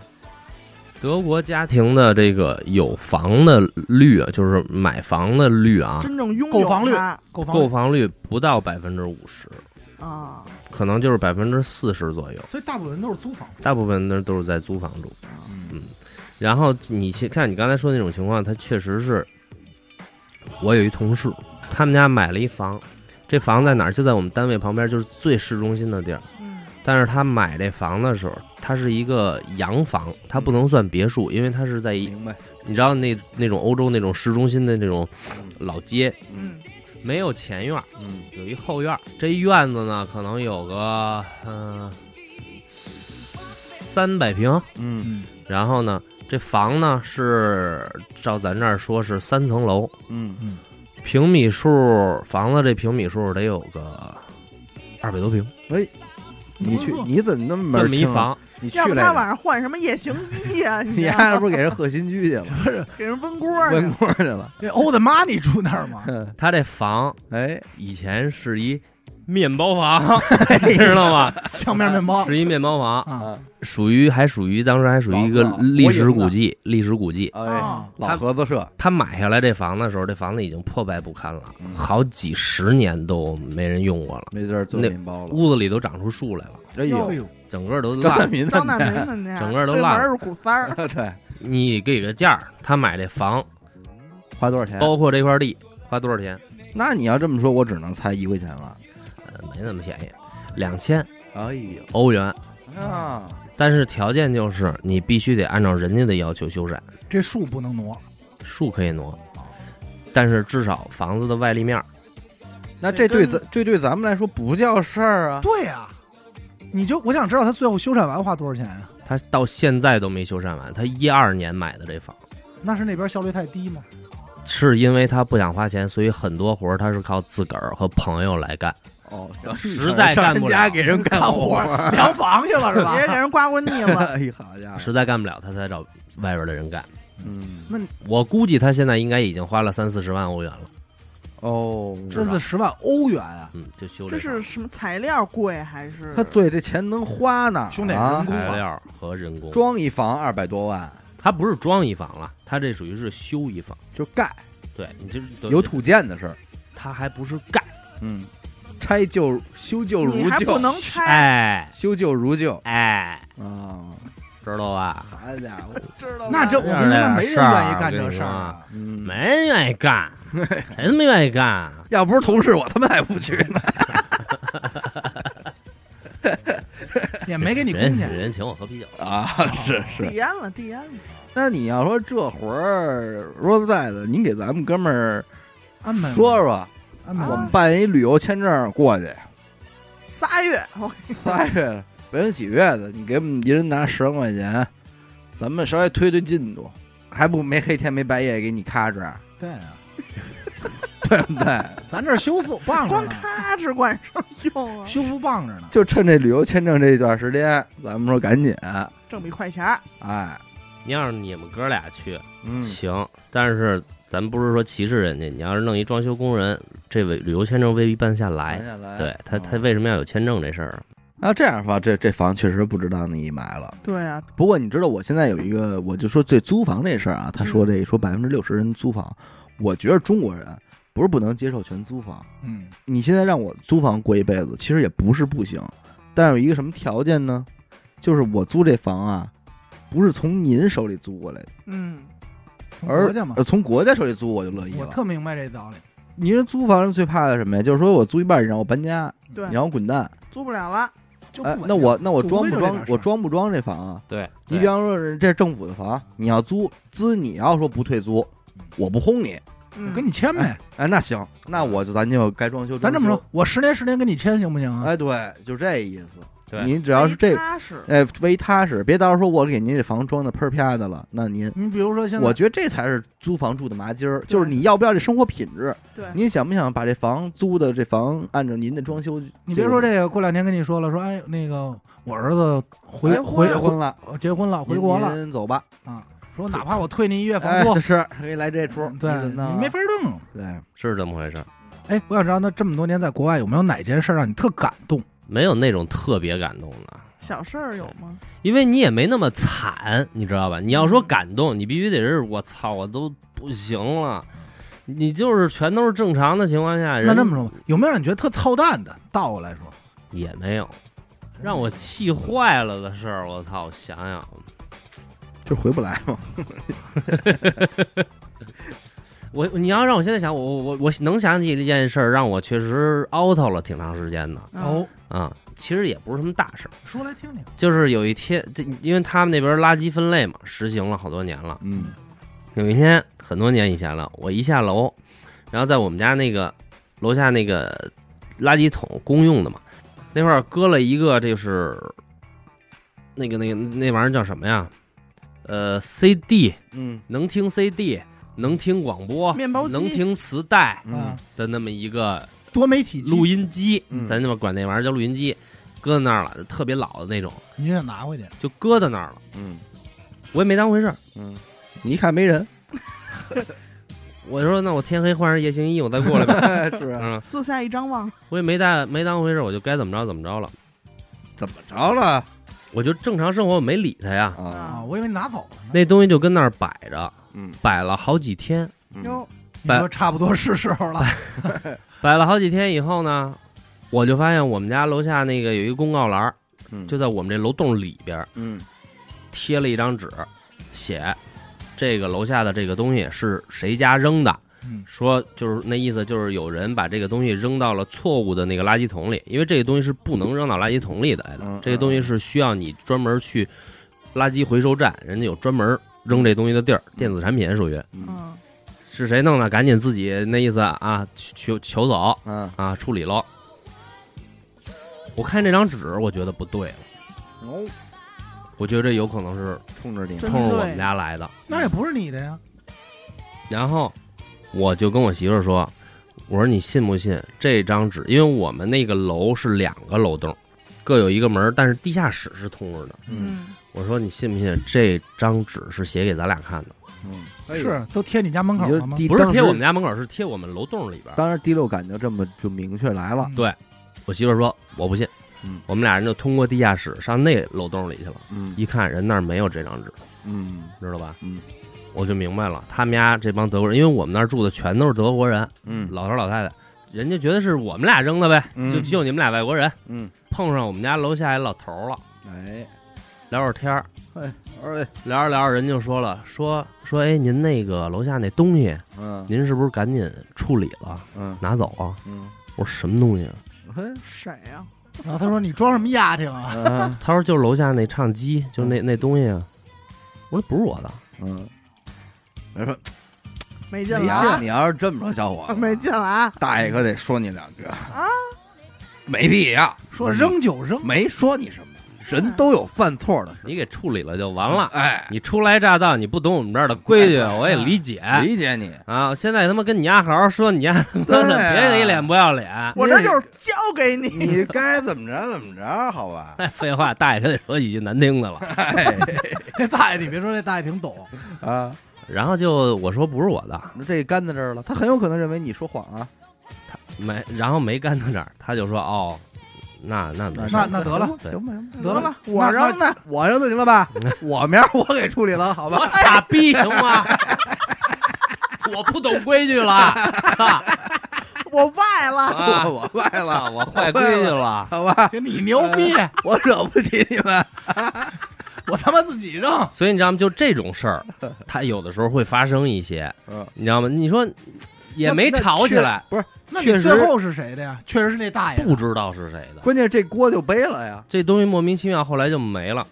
S5: 德国家庭的这个有房的率，啊就是买房的率啊，
S3: 真正拥有
S2: 购房率
S3: 它
S2: 购房
S5: 购房率不到百分之五十，
S3: 啊，
S5: 可能就是百分之四十左右，
S2: 所以大部分人都是租房。
S5: 大部分呢都是在租房住。
S1: 嗯
S5: 然后你去看你刚才说的那种情况，他确实是，我有一同事，他们家买了一房，这房在哪儿？就在我们单位旁边，就是最市中心的地儿。
S3: 嗯，
S5: 但是他买这房的时候，它是一个洋房，它不能算别墅，因为它是在一
S1: 明白，
S5: 你知道那那种欧洲那种市中心的那种
S1: 嗯
S5: 老街，
S3: 嗯，
S5: 没有前院儿，
S1: 嗯
S5: 有一后院儿。这一院子呢，可能有呃个嗯三百平，
S1: 嗯
S2: 嗯，
S5: 然后呢，这房呢是照咱这儿说是三层楼，
S1: 嗯
S5: 平米数房子这平米数得有个二百多平，
S1: 你
S2: 嗯
S1: 去你怎么那么门
S5: 这
S1: 儿
S5: 么一
S1: 清啊？
S5: 房，
S1: 你去
S3: 要不他
S1: 来
S3: 晚
S1: 着，
S3: 上换什么夜行衣呀、你
S1: (laughs) 你
S3: 呀、
S2: 啊
S1: 丫是不是给人贺新居去了，
S3: 给人温锅儿
S1: 温
S3: 呢？
S1: 锅去了？嗯
S2: 这欧的妈，你住那
S1: (laughs)
S2: 儿吗？
S5: 他这房
S1: 哎，
S5: 以前是一面包 (laughs) 房，知道吗？
S2: 墙面面包
S5: 是一面包房，
S2: 啊，
S5: 哎属于还属于当时还属于一个
S1: 老房
S5: 历史
S1: 国营的
S5: 古迹，历史古迹。
S1: 哎，
S3: 哦
S1: 老合作社，
S5: 他买下来这房子的时候，这房子已经破败不堪了
S1: 嗯，
S5: 好几十年都没人用过了，
S1: 没地儿做
S5: 那
S1: 面包了。
S5: 屋子里都长出树来了，
S1: 哎
S2: 哎
S1: 呦，
S2: 呦，
S5: 整个都
S1: 张大
S5: 烂。
S1: 民
S3: 张
S1: 那
S3: 大民他们家
S5: 整个都
S3: 对门
S5: 烂
S3: 儿是古
S1: (laughs)
S3: 三儿，
S1: 对，
S5: 你给个价儿，他买这房，
S1: 花多少钱？
S5: 包括这块地，花多少钱？
S1: 那你要这么说，我只能猜一块钱了。
S5: 呃没那么便宜，两千
S1: 哎呦
S5: 欧元。
S1: 啊，
S5: 但是条件就是你必须得按照人家的要求修缮，
S2: 这树不能
S1: 啊
S2: 挪，
S5: 树可以挪，但是至少房子的外立面儿
S1: 那这对
S3: 跟
S1: 咱这对咱们来说不叫事儿啊。
S2: 对呀、你就我想知道他最后修缮完花多少钱啊呀、
S5: 他到现在都没修缮完，他一二年买的这房，
S2: 那是那边效率太低
S1: (laughs)
S2: 吗？
S5: 是因为他不想花钱，所以很多活儿他是靠自个儿和朋友来干。
S1: 哦，
S5: 实在
S1: 上
S5: 干不了
S1: 人家给人干活
S2: 活，量房去
S1: (laughs)
S2: 了是吧
S3: 别？给人刮过腻了。
S1: 哎，好家伙，
S5: 实在干不了，他才找外边的人干。
S1: 嗯，
S5: 我估计他现在应该已经花了三四十万欧元了，
S1: 哦，
S2: 这是十万欧元
S1: 哎
S2: 啊！
S5: 嗯，就修
S3: 这
S5: 房
S3: 是什么材料贵还是？
S1: 他对这钱能花呢，
S2: 兄弟
S1: 啊
S2: 人工
S5: 材料和人工。
S1: 装一房二百多万
S5: 他不是装一房了，他这属于是修一房。
S1: 就盖，
S5: 对你就是
S1: 有，土建的事儿，
S5: 他还不是盖，
S1: 嗯，拆旧修旧
S3: 你
S1: 如
S3: 还不
S1: 旧，
S3: 能拆，
S5: 哎
S1: 修旧如旧
S5: 哎，
S1: 啊，
S5: 知道吧？
S1: 好家伙，
S3: 知道吧
S2: 那这我
S5: 这
S2: 跟
S5: 样
S2: 你说，没
S5: 的
S2: 人
S5: 事儿
S2: 愿意干
S5: 我跟
S2: 这
S5: 你
S2: 事儿
S5: 说
S2: 啊。
S1: 嗯，
S5: 没人愿意干，谁他妈愿意干啊？
S1: 要不是同事，我他妈也不去呢。
S2: 啊也没给你工
S5: 人
S2: 钱，
S5: 人请我喝啤酒，
S1: (laughs) 啊，是是
S3: 递。烟了，递烟了。
S1: 那你要说这活儿，说实在的，您给咱们哥们儿
S2: 安排吗
S1: 说说，
S2: 安排
S1: 我
S2: 吗
S1: 们办一旅游签证过去，
S3: 仨月，我跟你
S1: 仨月北京几月的，你给我们一人拿十万块钱，咱们稍微推推进度，还不没黑天没白夜给你咔着，
S2: 对啊，
S1: 对不对？
S2: 咱这儿
S1: (laughs)
S2: 修复棒着
S3: 光
S2: 呢，
S3: 咔哧管什么 (laughs) 用啊？
S2: 修复棒着呢。
S1: 就趁这旅游签证这段时间，咱们说赶紧，
S3: 挣笔快钱儿，
S1: 哎，
S5: 你要是你们哥俩去
S1: 嗯
S5: 行，但是咱不是说歧视人家，你要是弄一装修工人，这位旅游签证未必办下来。
S1: 下来
S5: 对他，他
S1: 嗯
S5: 为什么要有签证这事儿？
S1: 那啊这样的话，这这房确实不值当你买了。
S3: 对啊，
S1: 不过你知道，我现在有一个，我就说这租房这事儿啊，他说这说百分之六十人租房，我觉得中国人不是不能接受全租房。
S2: 嗯，
S1: 你现在让我租房过一辈子，其实也不是不行，但有一个什么条件呢？就是我租这房啊，不是从您手里租过来的，
S3: 嗯，
S2: 从
S1: 而
S2: 国家嘛，
S1: 呃从国家手里租我就乐意
S2: 我
S1: 了。
S2: 特明白这道理。
S1: 你说租房人最怕的是什么呀？就是说我租一半，你让我搬家，
S3: 对
S1: 你，让我滚蛋。
S3: 租不了了，
S2: 就不
S1: 哎
S2: 稳，定
S1: 那我那我装不
S2: 不会这
S1: 装
S2: 点？事儿
S1: 我装不装这房啊？
S5: 对
S1: 你比方说是这政府的房，你要租资，你要说不退租，我不轰你。
S3: 嗯
S2: 我跟你签呗。
S1: 哎，那行，那我就咱就该装修。
S2: 咱这么
S1: 装
S2: 说
S1: 修，，
S2: 我十年十年跟你签行不行啊？
S1: 哎，对，就这意思。
S5: 对
S1: 您只要是这
S3: 没，踏实，
S1: 哎，为踏实，别到时候说我给您这房装的喷儿啪的了，那您，
S2: 你比如说现在，
S1: 我觉得这才是租房住的麻筋儿，就是
S3: 对
S1: 你要不要这生活品质？
S3: 对，
S1: 您想不想把这房租的这房按照您的装修？
S2: 你别说这个，过两天跟你说了，说哎，那个我儿子回
S1: 哎
S2: 回
S1: 结婚了，
S2: 回结婚了，回国了，啊
S1: 您走吧。
S2: 说哪怕我退您一月房
S1: 哎，
S2: 租
S1: 这，是给你来这出，
S2: 对
S1: 你怎么弄啊
S2: 你没法弄。
S1: 对，
S5: 是这么回事儿，
S2: 哎，我想知道，那这么多年在国外有没有哪件事儿让你特感动？
S5: 没有那种特别感动的，
S3: 小事儿有吗？
S5: 因为你也没那么惨，你知道吧？你要
S2: 嗯
S5: 说感动，你必须得是我操，我都不行了，你就是全都是正常的情况下，人
S2: 那这么说吧，有没有让你觉得特操蛋的？倒过来说，
S5: 也没有让我气坏了的事儿，我操，我想想，
S1: 就回不来嘛。
S5: 我你要让我现在想，我我我我能想起一件事儿，让我确实 out 了挺长时间的
S3: 嗯，
S2: 哦，
S5: 啊、其实也不是什么大事儿，
S2: 说来听听。
S5: 就是有一天，这因为他们那边垃圾分类嘛，实行了好多年了。
S1: 嗯，
S5: 有一天，很多年以前了，我一下楼，然后在我们家那个楼下那个垃圾桶公用的嘛，那块儿搁了一个就是那个那个那玩意儿叫什么呀？呃 CD
S1: 嗯
S5: 能听 CD，能听广播，
S3: 面包机
S5: 能听磁带
S1: 嗯
S5: 的那么一个
S2: 啊多媒体机
S5: 录，音机，
S1: 嗯
S5: 咱那么管那玩意儿叫录音机，搁在那儿了，特别老的那种，
S2: 你想拿
S1: 啊
S2: 回去？
S5: 就搁在那儿了，
S1: 嗯
S5: 我也没当回事儿。
S1: 嗯，你一看没人，
S5: 我就说那我天黑换上夜行衣，我再过来吧。
S1: (laughs)
S5: (laughs)
S1: 是啊，
S5: 嗯，
S3: 四下一张望，
S5: 我也没大没当回事儿，我就该怎么着怎么着了，
S1: 怎么着了
S5: 我就正常生活，我没理他呀。
S1: 啊？
S2: 啊，我以为拿走了呢。
S5: 那东西就跟那儿摆着，
S1: 嗯
S5: 摆了好几天，
S1: 嗯
S3: 哟，
S2: 你说差不多是时候了，
S1: 哎
S5: 摆了好几天以后呢，我就发现我们家楼下那个有一个公告栏儿，
S1: 嗯
S5: 就在我们这楼栋里边儿
S1: 嗯
S5: 贴了一张纸，写这个楼下的这个东西是谁家扔的，
S2: 嗯
S5: 说就是那意思就是有人把这个东西扔到了错误的那个垃圾桶里，因为这个东西是不能扔到垃圾桶里的来
S1: 嗯
S5: 的，这个东西是需要你专门去垃圾回收站，人家有专门扔这东西的地儿，电子产品属于
S1: 嗯
S3: 嗯，
S5: 是谁弄的，赶紧自己那意思啊，求求走
S1: 啊，
S5: 啊，处理喽。我看这张纸，我觉得不对了，
S1: 哦，
S5: 我觉得这有可能是
S1: 冲着你
S3: 真
S5: 冲着我们家来的。
S2: 那也不是你的呀。
S5: 然后我就跟我媳妇儿说：“我说你信不信这张纸？因为我们那个楼是两个楼栋，各有一个门儿，但是地下室是通着的。
S1: 嗯
S3: 嗯，
S5: 我说你信不信这张纸是写给咱俩看的？
S1: 嗯，
S2: 是都贴你家门口
S1: 你
S2: 了吗
S1: 就？第
S5: 不是
S1: 当
S5: 贴我
S1: 时
S5: 们家门口，是贴我们楼栋里边儿。
S1: 当时第六感就这么就明确来了，
S2: 嗯
S5: 对我媳妇儿说：“我不信。
S1: 嗯”
S5: 我们俩人就通过地下室上那楼栋里去了，
S1: 嗯
S5: 一看人那儿没有这张纸，
S1: 嗯
S5: 知道吧？
S1: 嗯，
S5: 我就明白了，他们家这帮德国人，因为我们那儿住的全都是德国人，
S1: 嗯
S5: 老头老太太，人家觉得是我们俩扔的呗，
S1: 嗯
S5: 就就你们俩外国人。
S1: 嗯，
S5: 碰上我们家楼下一老头儿了，
S1: 哎，
S5: 聊会儿天儿，
S1: 二位，
S5: 聊着聊着人就说了，说说哎，您那个楼下那东西，
S1: 嗯
S5: 您是不是赶紧处理了，
S1: 嗯
S5: 拿走啊？
S1: 嗯，
S5: 我说什么东西啊？
S1: 嘿，
S3: 谁呀？
S2: 然后他说你装什么丫挺啊？
S1: 嗯
S5: 他说就是楼下那唱机，就那那东西啊。我说不是我的，
S1: 嗯，没说，
S3: 没劲
S1: 哎
S3: 了
S1: 呀，
S3: 啊
S1: 你要是这么说，小伙
S3: 啊，
S1: 子，
S3: (laughs) 没劲了啊！
S1: 大爷可得说你两句啊，没必要，
S2: 说扔就扔，
S1: 没说你什么，人都有犯错的时候
S5: 你给处理了就完了。
S1: 哎，
S5: 你初来乍到，你不懂我们这儿的规矩，我也
S1: 嗯
S5: 理解
S1: 理解 (laughs) 你，
S5: 啊。现在他妈跟你丫好好说，你丫他妈的
S1: 对啊
S5: 别给一脸不要脸。 (laughs)
S3: 我这就是交给你，
S1: 你该怎么着怎么着，好吧？
S5: 那废话，大爷可得说几句难听的了。
S1: (laughs) 哎
S2: (laughs) 这大爷你别说，这大爷挺懂。
S1: 啊，
S5: 然后就我说不是我的，
S1: 那这干在这儿了，他很有可能认为你说谎啊。
S5: 没，然后没干到这儿，他就说哦，那那没事
S2: 那
S5: 儿，
S2: 那得了
S1: 行吧行吧，行吧
S2: 得了
S3: 吧，我
S1: (laughs)
S3: 扔的，
S1: 我扔就行了吧？我明儿我给处理了，好吧？
S5: 傻逼行吗？我不懂规矩了，啊
S3: 我外了，
S5: 啊
S1: (laughs) 我我坏了，
S5: 我坏规矩了，
S1: 好吧？
S2: 你牛逼，
S1: 我惹不起你们。
S2: 我他妈自己扔。
S5: 所以你知道吗？就这种事儿，它有的时候会发生一些，
S1: (laughs) 嗯，
S5: 你知道吗？你说也没
S1: 那
S5: 吵起来，，
S1: 那确哎不是，
S2: 那
S1: 确
S2: 你最
S1: 实，
S2: 后是谁的呀？确实是那大爷的。
S5: 不知道是谁的，
S1: 关键这锅就背了呀。
S5: 这东西莫名其妙后来就没了。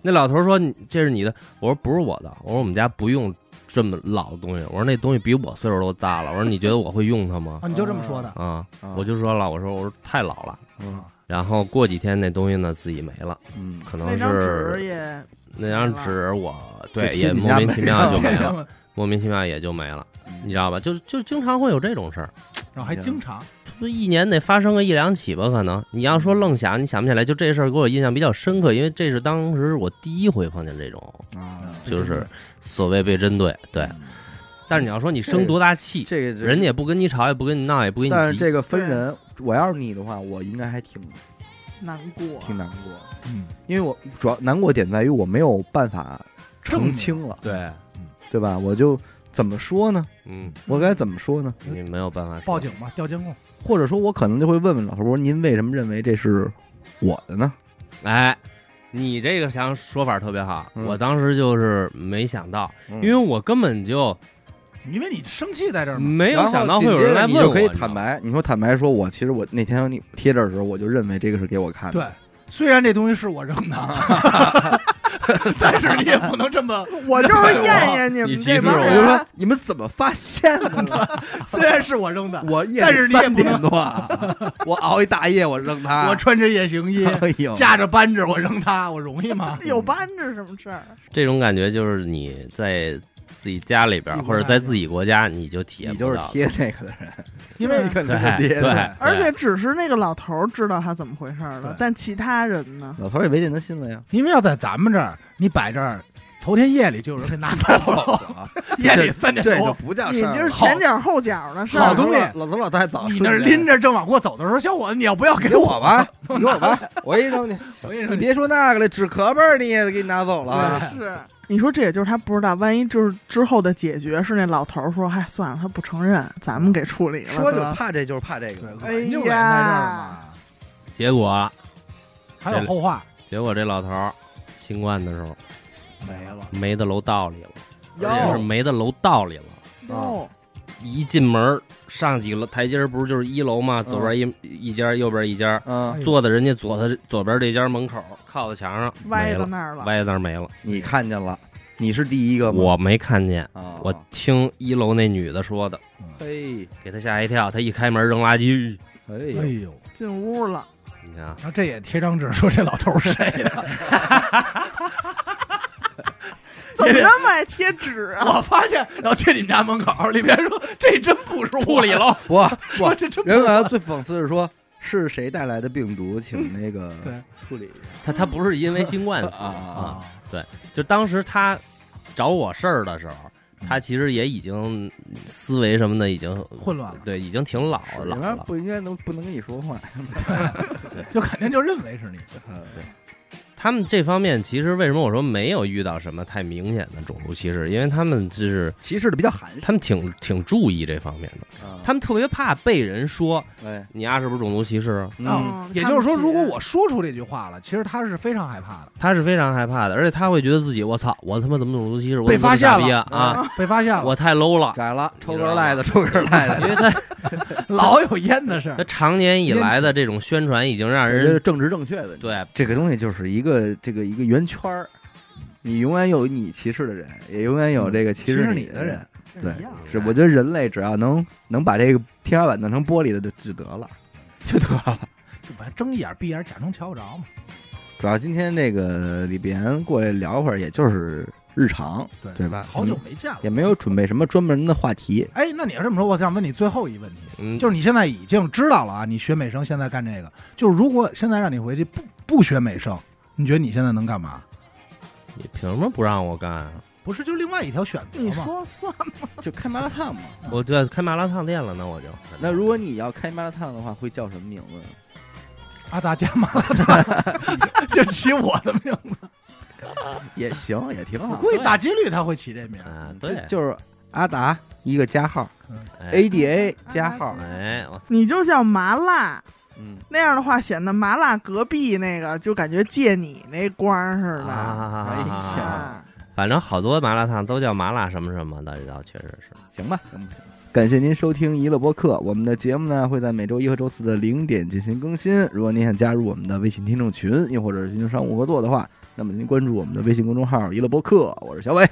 S5: 那老头说你这是你的，我说不是我的，我说我们家不用这么老的东西，我说那东西比我岁数都大了，我说你觉得我会用它吗？
S2: 啊，你就这么说的？
S5: 啊、
S1: 啊
S5: 我就说了，我说我说太老了。
S1: 嗯
S5: 然后过几天那东西呢自己没了，
S1: 嗯，
S5: 可能
S3: 那张纸
S5: 是
S3: 也
S5: 那张纸我对
S1: 就去
S5: 也
S1: 你
S5: 莫
S1: 家
S5: 名其妙
S1: 没
S5: 就
S1: 了 (laughs)
S5: 没了，莫名其妙也就没了，
S1: 嗯
S5: 你知道吧？就就经常会有这种事儿，
S2: 然后还经常
S5: 就一年得发生个一两起吧，可能你要说愣想，你想不起来，就这事儿给我印象比较深刻，因为这是当时我第一回碰见这种，
S1: 啊，
S3: 嗯
S5: 就是所谓被针对，对。但是你要说你生多大气，
S1: 这个
S5: 人家也不跟你吵，也不跟你闹，也不跟
S1: 但
S5: 你
S1: 是
S5: 急，
S1: 这个分人，我要是你的话，我应该还挺
S3: 难过，
S1: 挺难过，
S2: 嗯，
S1: 因为我主要难过点在于我没有办法澄
S2: 明
S1: 清了，
S5: 对，
S1: 对吧？我就怎么说呢？
S5: 嗯，
S1: 我该怎么说呢？
S5: 你没有办法说
S2: 报警吧，调监控。
S1: 或者说，我可能就会问问老头儿，我说您为什么认为这是我的呢？
S5: 哎，你这个想说法特别好，
S1: 嗯
S5: 我当时就是没想到，
S1: 因
S5: 因为我根本就
S2: 因为你生气在这儿嘛，
S5: 没有想到会有人来
S1: 你
S5: 问我。
S1: 就可以
S5: 你知道
S1: 坦
S5: 吗，
S1: 白，你说坦白说我，其实我那天
S2: 嗯
S1: 你贴这儿的时候，我就认为这个是给我看的。
S2: (laughs) 对。虽然这东西是我扔的，啊但是你也不能这 (laughs) 么，
S3: 我就是验验你
S5: 你
S3: 们
S5: 急
S3: 这
S5: 不是
S3: 帮
S1: 我就
S3: 人啊
S1: 说。你们怎么发现
S3: (laughs)
S1: 的？
S2: 虽然是我 (laughs) 扔的，
S1: 我夜
S2: 但是你也
S1: 三
S2: 不能
S1: 点多啊，我熬一大夜，我扔
S5: (laughs)
S1: 它。
S2: 我穿着夜行 (laughs) 衣，
S1: 哎呦，
S2: 架着扳指，我扔它，我容易吗？
S3: 有扳指什么事儿？
S5: 这种感觉就是你在自己家里边
S2: 自
S5: 儿
S2: 己
S5: 或者在自己国家，你就体验
S1: 你
S5: 不
S1: 就是
S5: 到的
S1: 贴那
S5: (laughs)
S1: 个的人，
S2: 因为
S1: 你可能是
S5: 对
S1: 爹
S5: 对
S1: 的。
S3: 而且只是那个老头儿知道他怎么回事儿了
S2: 对，
S3: 但其他人呢？
S1: 老头儿也没见他啊信了
S5: (laughs)
S1: 呀，
S2: 因为要在咱们这儿，你摆这儿，头天夜里就有人给拿走了，
S1: (laughs) 啊
S2: 夜里
S1: 这
S2: 三点
S1: 这就
S2: 多，
S1: 不叫
S3: 你
S1: 事儿了。
S3: 就是前脚后脚的事
S2: 好
S3: 儿。啊
S2: 东西
S1: 老头儿老太太早
S2: 你
S1: 睡
S2: 那儿
S1: 了
S2: 拎着正往过走的时候，小伙子，你要不要给
S1: 给我 (laughs)
S2: 我？
S1: 吧，你给我吧，我给你扔去。
S2: 我跟
S1: (laughs)
S2: 你
S1: 你别说那个了，纸壳儿你也给你拿走了。
S2: 对
S3: 是，你说这也就是他不知道，万一就是之后的解决是那老头儿说，嗨，算了，他不承认，咱们给处理了。
S1: 说就
S3: 得
S1: 怕这就是怕这个，
S3: 哎呀
S2: 就在那儿嘛。
S5: 结果，
S2: 还有后话
S5: 结果这老头儿新冠的时候
S2: 没了，
S5: 没到楼道里了，
S1: 哟
S5: 是没到楼道里了。
S3: 哟，
S5: 一进门儿上几个台阶儿，不是就是一楼吗？左边一一家，右边一家，
S2: 哎
S1: 嗯，
S5: 坐在人家左的左边这家门口，靠在墙上
S3: 歪
S5: 没
S3: 到
S5: 了，
S3: 那儿了。
S5: 歪在那儿没了。
S1: 你看见了，你是第一个吗？
S5: 我没看见，
S1: 啊，
S5: 我听一楼那女的说的，
S1: 嘿，
S5: 给她吓一跳。她一开门扔垃圾，
S1: 哎
S2: 哎
S1: 呦，
S2: 呦，
S3: 进屋了，
S5: 你看啊，
S2: 然后这也贴张纸说这老头儿是谁的，
S3: (laughs) 怎么那么爱贴纸啊？
S2: 我发现，然后贴你们家门口，里边说这真不是我，里楼，
S1: 我
S2: 说
S1: 我
S2: (laughs) 这
S1: (laughs)
S2: 真不
S1: 人
S2: 是
S1: 好像最讽刺的是说。是谁带来的病毒？请那 (laughs) 个
S2: 对
S1: 处理一
S5: 她她不是因为新冠死
S1: 下 (laughs) 啊！
S5: 就当时他找我事儿的时候，他
S1: 嗯
S5: 其实也已经思维什么的已经
S2: 混乱了，
S5: 对，已经挺老
S1: 是啊要
S5: 老
S1: 不然
S5: 了。
S1: 不应该能不能跟你说话？
S2: 就肯定就认为是你。
S1: 呃
S5: 他们这方面其实为什么我说没有遇到什么太明显的种族歧视，因为他们就是
S1: 歧视的比较含蓄
S5: 他们挺挺注意这方面的，
S1: 啊。
S5: 他们特别怕被人说
S1: 哎，
S5: 你丫、是不是种族歧视啊，
S1: 嗯，
S3: 嗯
S2: 也就是说，如果我说出这句话了，其实他是非常害怕的，
S5: 他是非常害怕的，而且他会觉得自己我操，我他妈怎么种族歧视，我
S2: 被
S5: 怎么
S2: 发
S5: 这
S2: 现
S5: 么傻逼啊啊，
S2: 被发现了，
S5: 我太 low 了，
S1: 窄了，抽根儿赖子，抽根儿赖子，
S5: 因为他
S2: 老有烟的事儿
S5: 他。常年以来的这种宣传已经让
S1: 我觉得
S5: 人
S1: 政治正确的。
S5: 对
S1: 这个东西就是一个这个一个圆圈儿，你永远有你歧视的人，也永远有这个嗯歧
S2: 歧视
S1: 你
S2: 你的人
S1: 人。对
S2: 一样的
S1: 是，我觉得人类只要能能把这个天花板弄成玻璃的就就得了，就得了。
S2: 就反正睁一眼闭一眼，假装瞧不着嘛。
S1: (laughs) 主要今天这个李别过来聊会儿，也就是日常，
S2: 对
S1: 对吧
S2: 好久没见了
S1: 也。没有准备什么专门的话题。
S2: 哎，那你要这么说，我想问你最后一问题，
S5: 嗯
S2: 就是你现在已经知道了啊，你学美声现在干这个，就是如果现在让你回去不不学美声，你觉得你现在能干嘛？
S5: 你凭什么不让我干啊？
S2: 不是，就是另外一条选择嘛。
S3: 你说算了，
S1: 就开麻辣烫嘛。
S5: 我就要开麻辣烫店了，那我就
S1: 那如果你要开麻辣烫的话，会叫什么名字？
S2: 阿达加麻辣烫， (laughs) 就起我的名字，
S1: 也行，也挺
S2: 我
S1: 好。
S2: 估计大几率他会起这名儿。
S5: 啊，对，
S1: 就是阿达一个加号
S5: 哎
S1: ，A D A 加
S3: 阿
S1: 号。
S3: 达
S5: 哎，我操
S3: 你就叫麻辣
S1: 嗯，
S3: 那样的话，显得麻辣隔壁那个就感觉借你那光儿似的。
S1: 哎呀
S5: 啊！
S3: 啊
S5: 反正好多麻辣烫都叫麻辣什么什么的，这倒确实是。
S1: 行吧，行不行？感谢您收听娱乐播客，我们的节目呢会在每周一和周四的零点进行更新。如果您想加入我们的微信听众群，又或者是进行商务合作的话，那么您关注我们的微信公众号“娱乐播客”，我是小伟。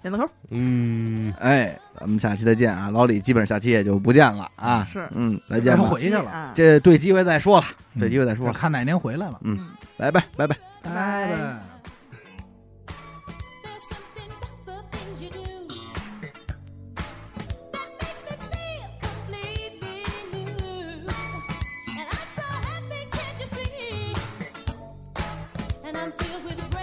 S3: 点子抠
S5: 嗯，
S1: 哎，咱们下期再见啊！老李基本上下期也就不见了啊。
S3: 是
S1: 嗯，再见 (laughs) 吧
S2: 回去了
S3: 啊
S1: 这对机会再说了，对机会再说
S2: 我
S1: 了。
S2: 看哪年回来了。
S1: 嗯，拜拜，拜拜。
S3: 拜
S2: 拜
S3: 拜。
S2: 拜
S6: There's something about the things you do that makes me feel completely new, and I'm so happy, can't you see? And I'm filled with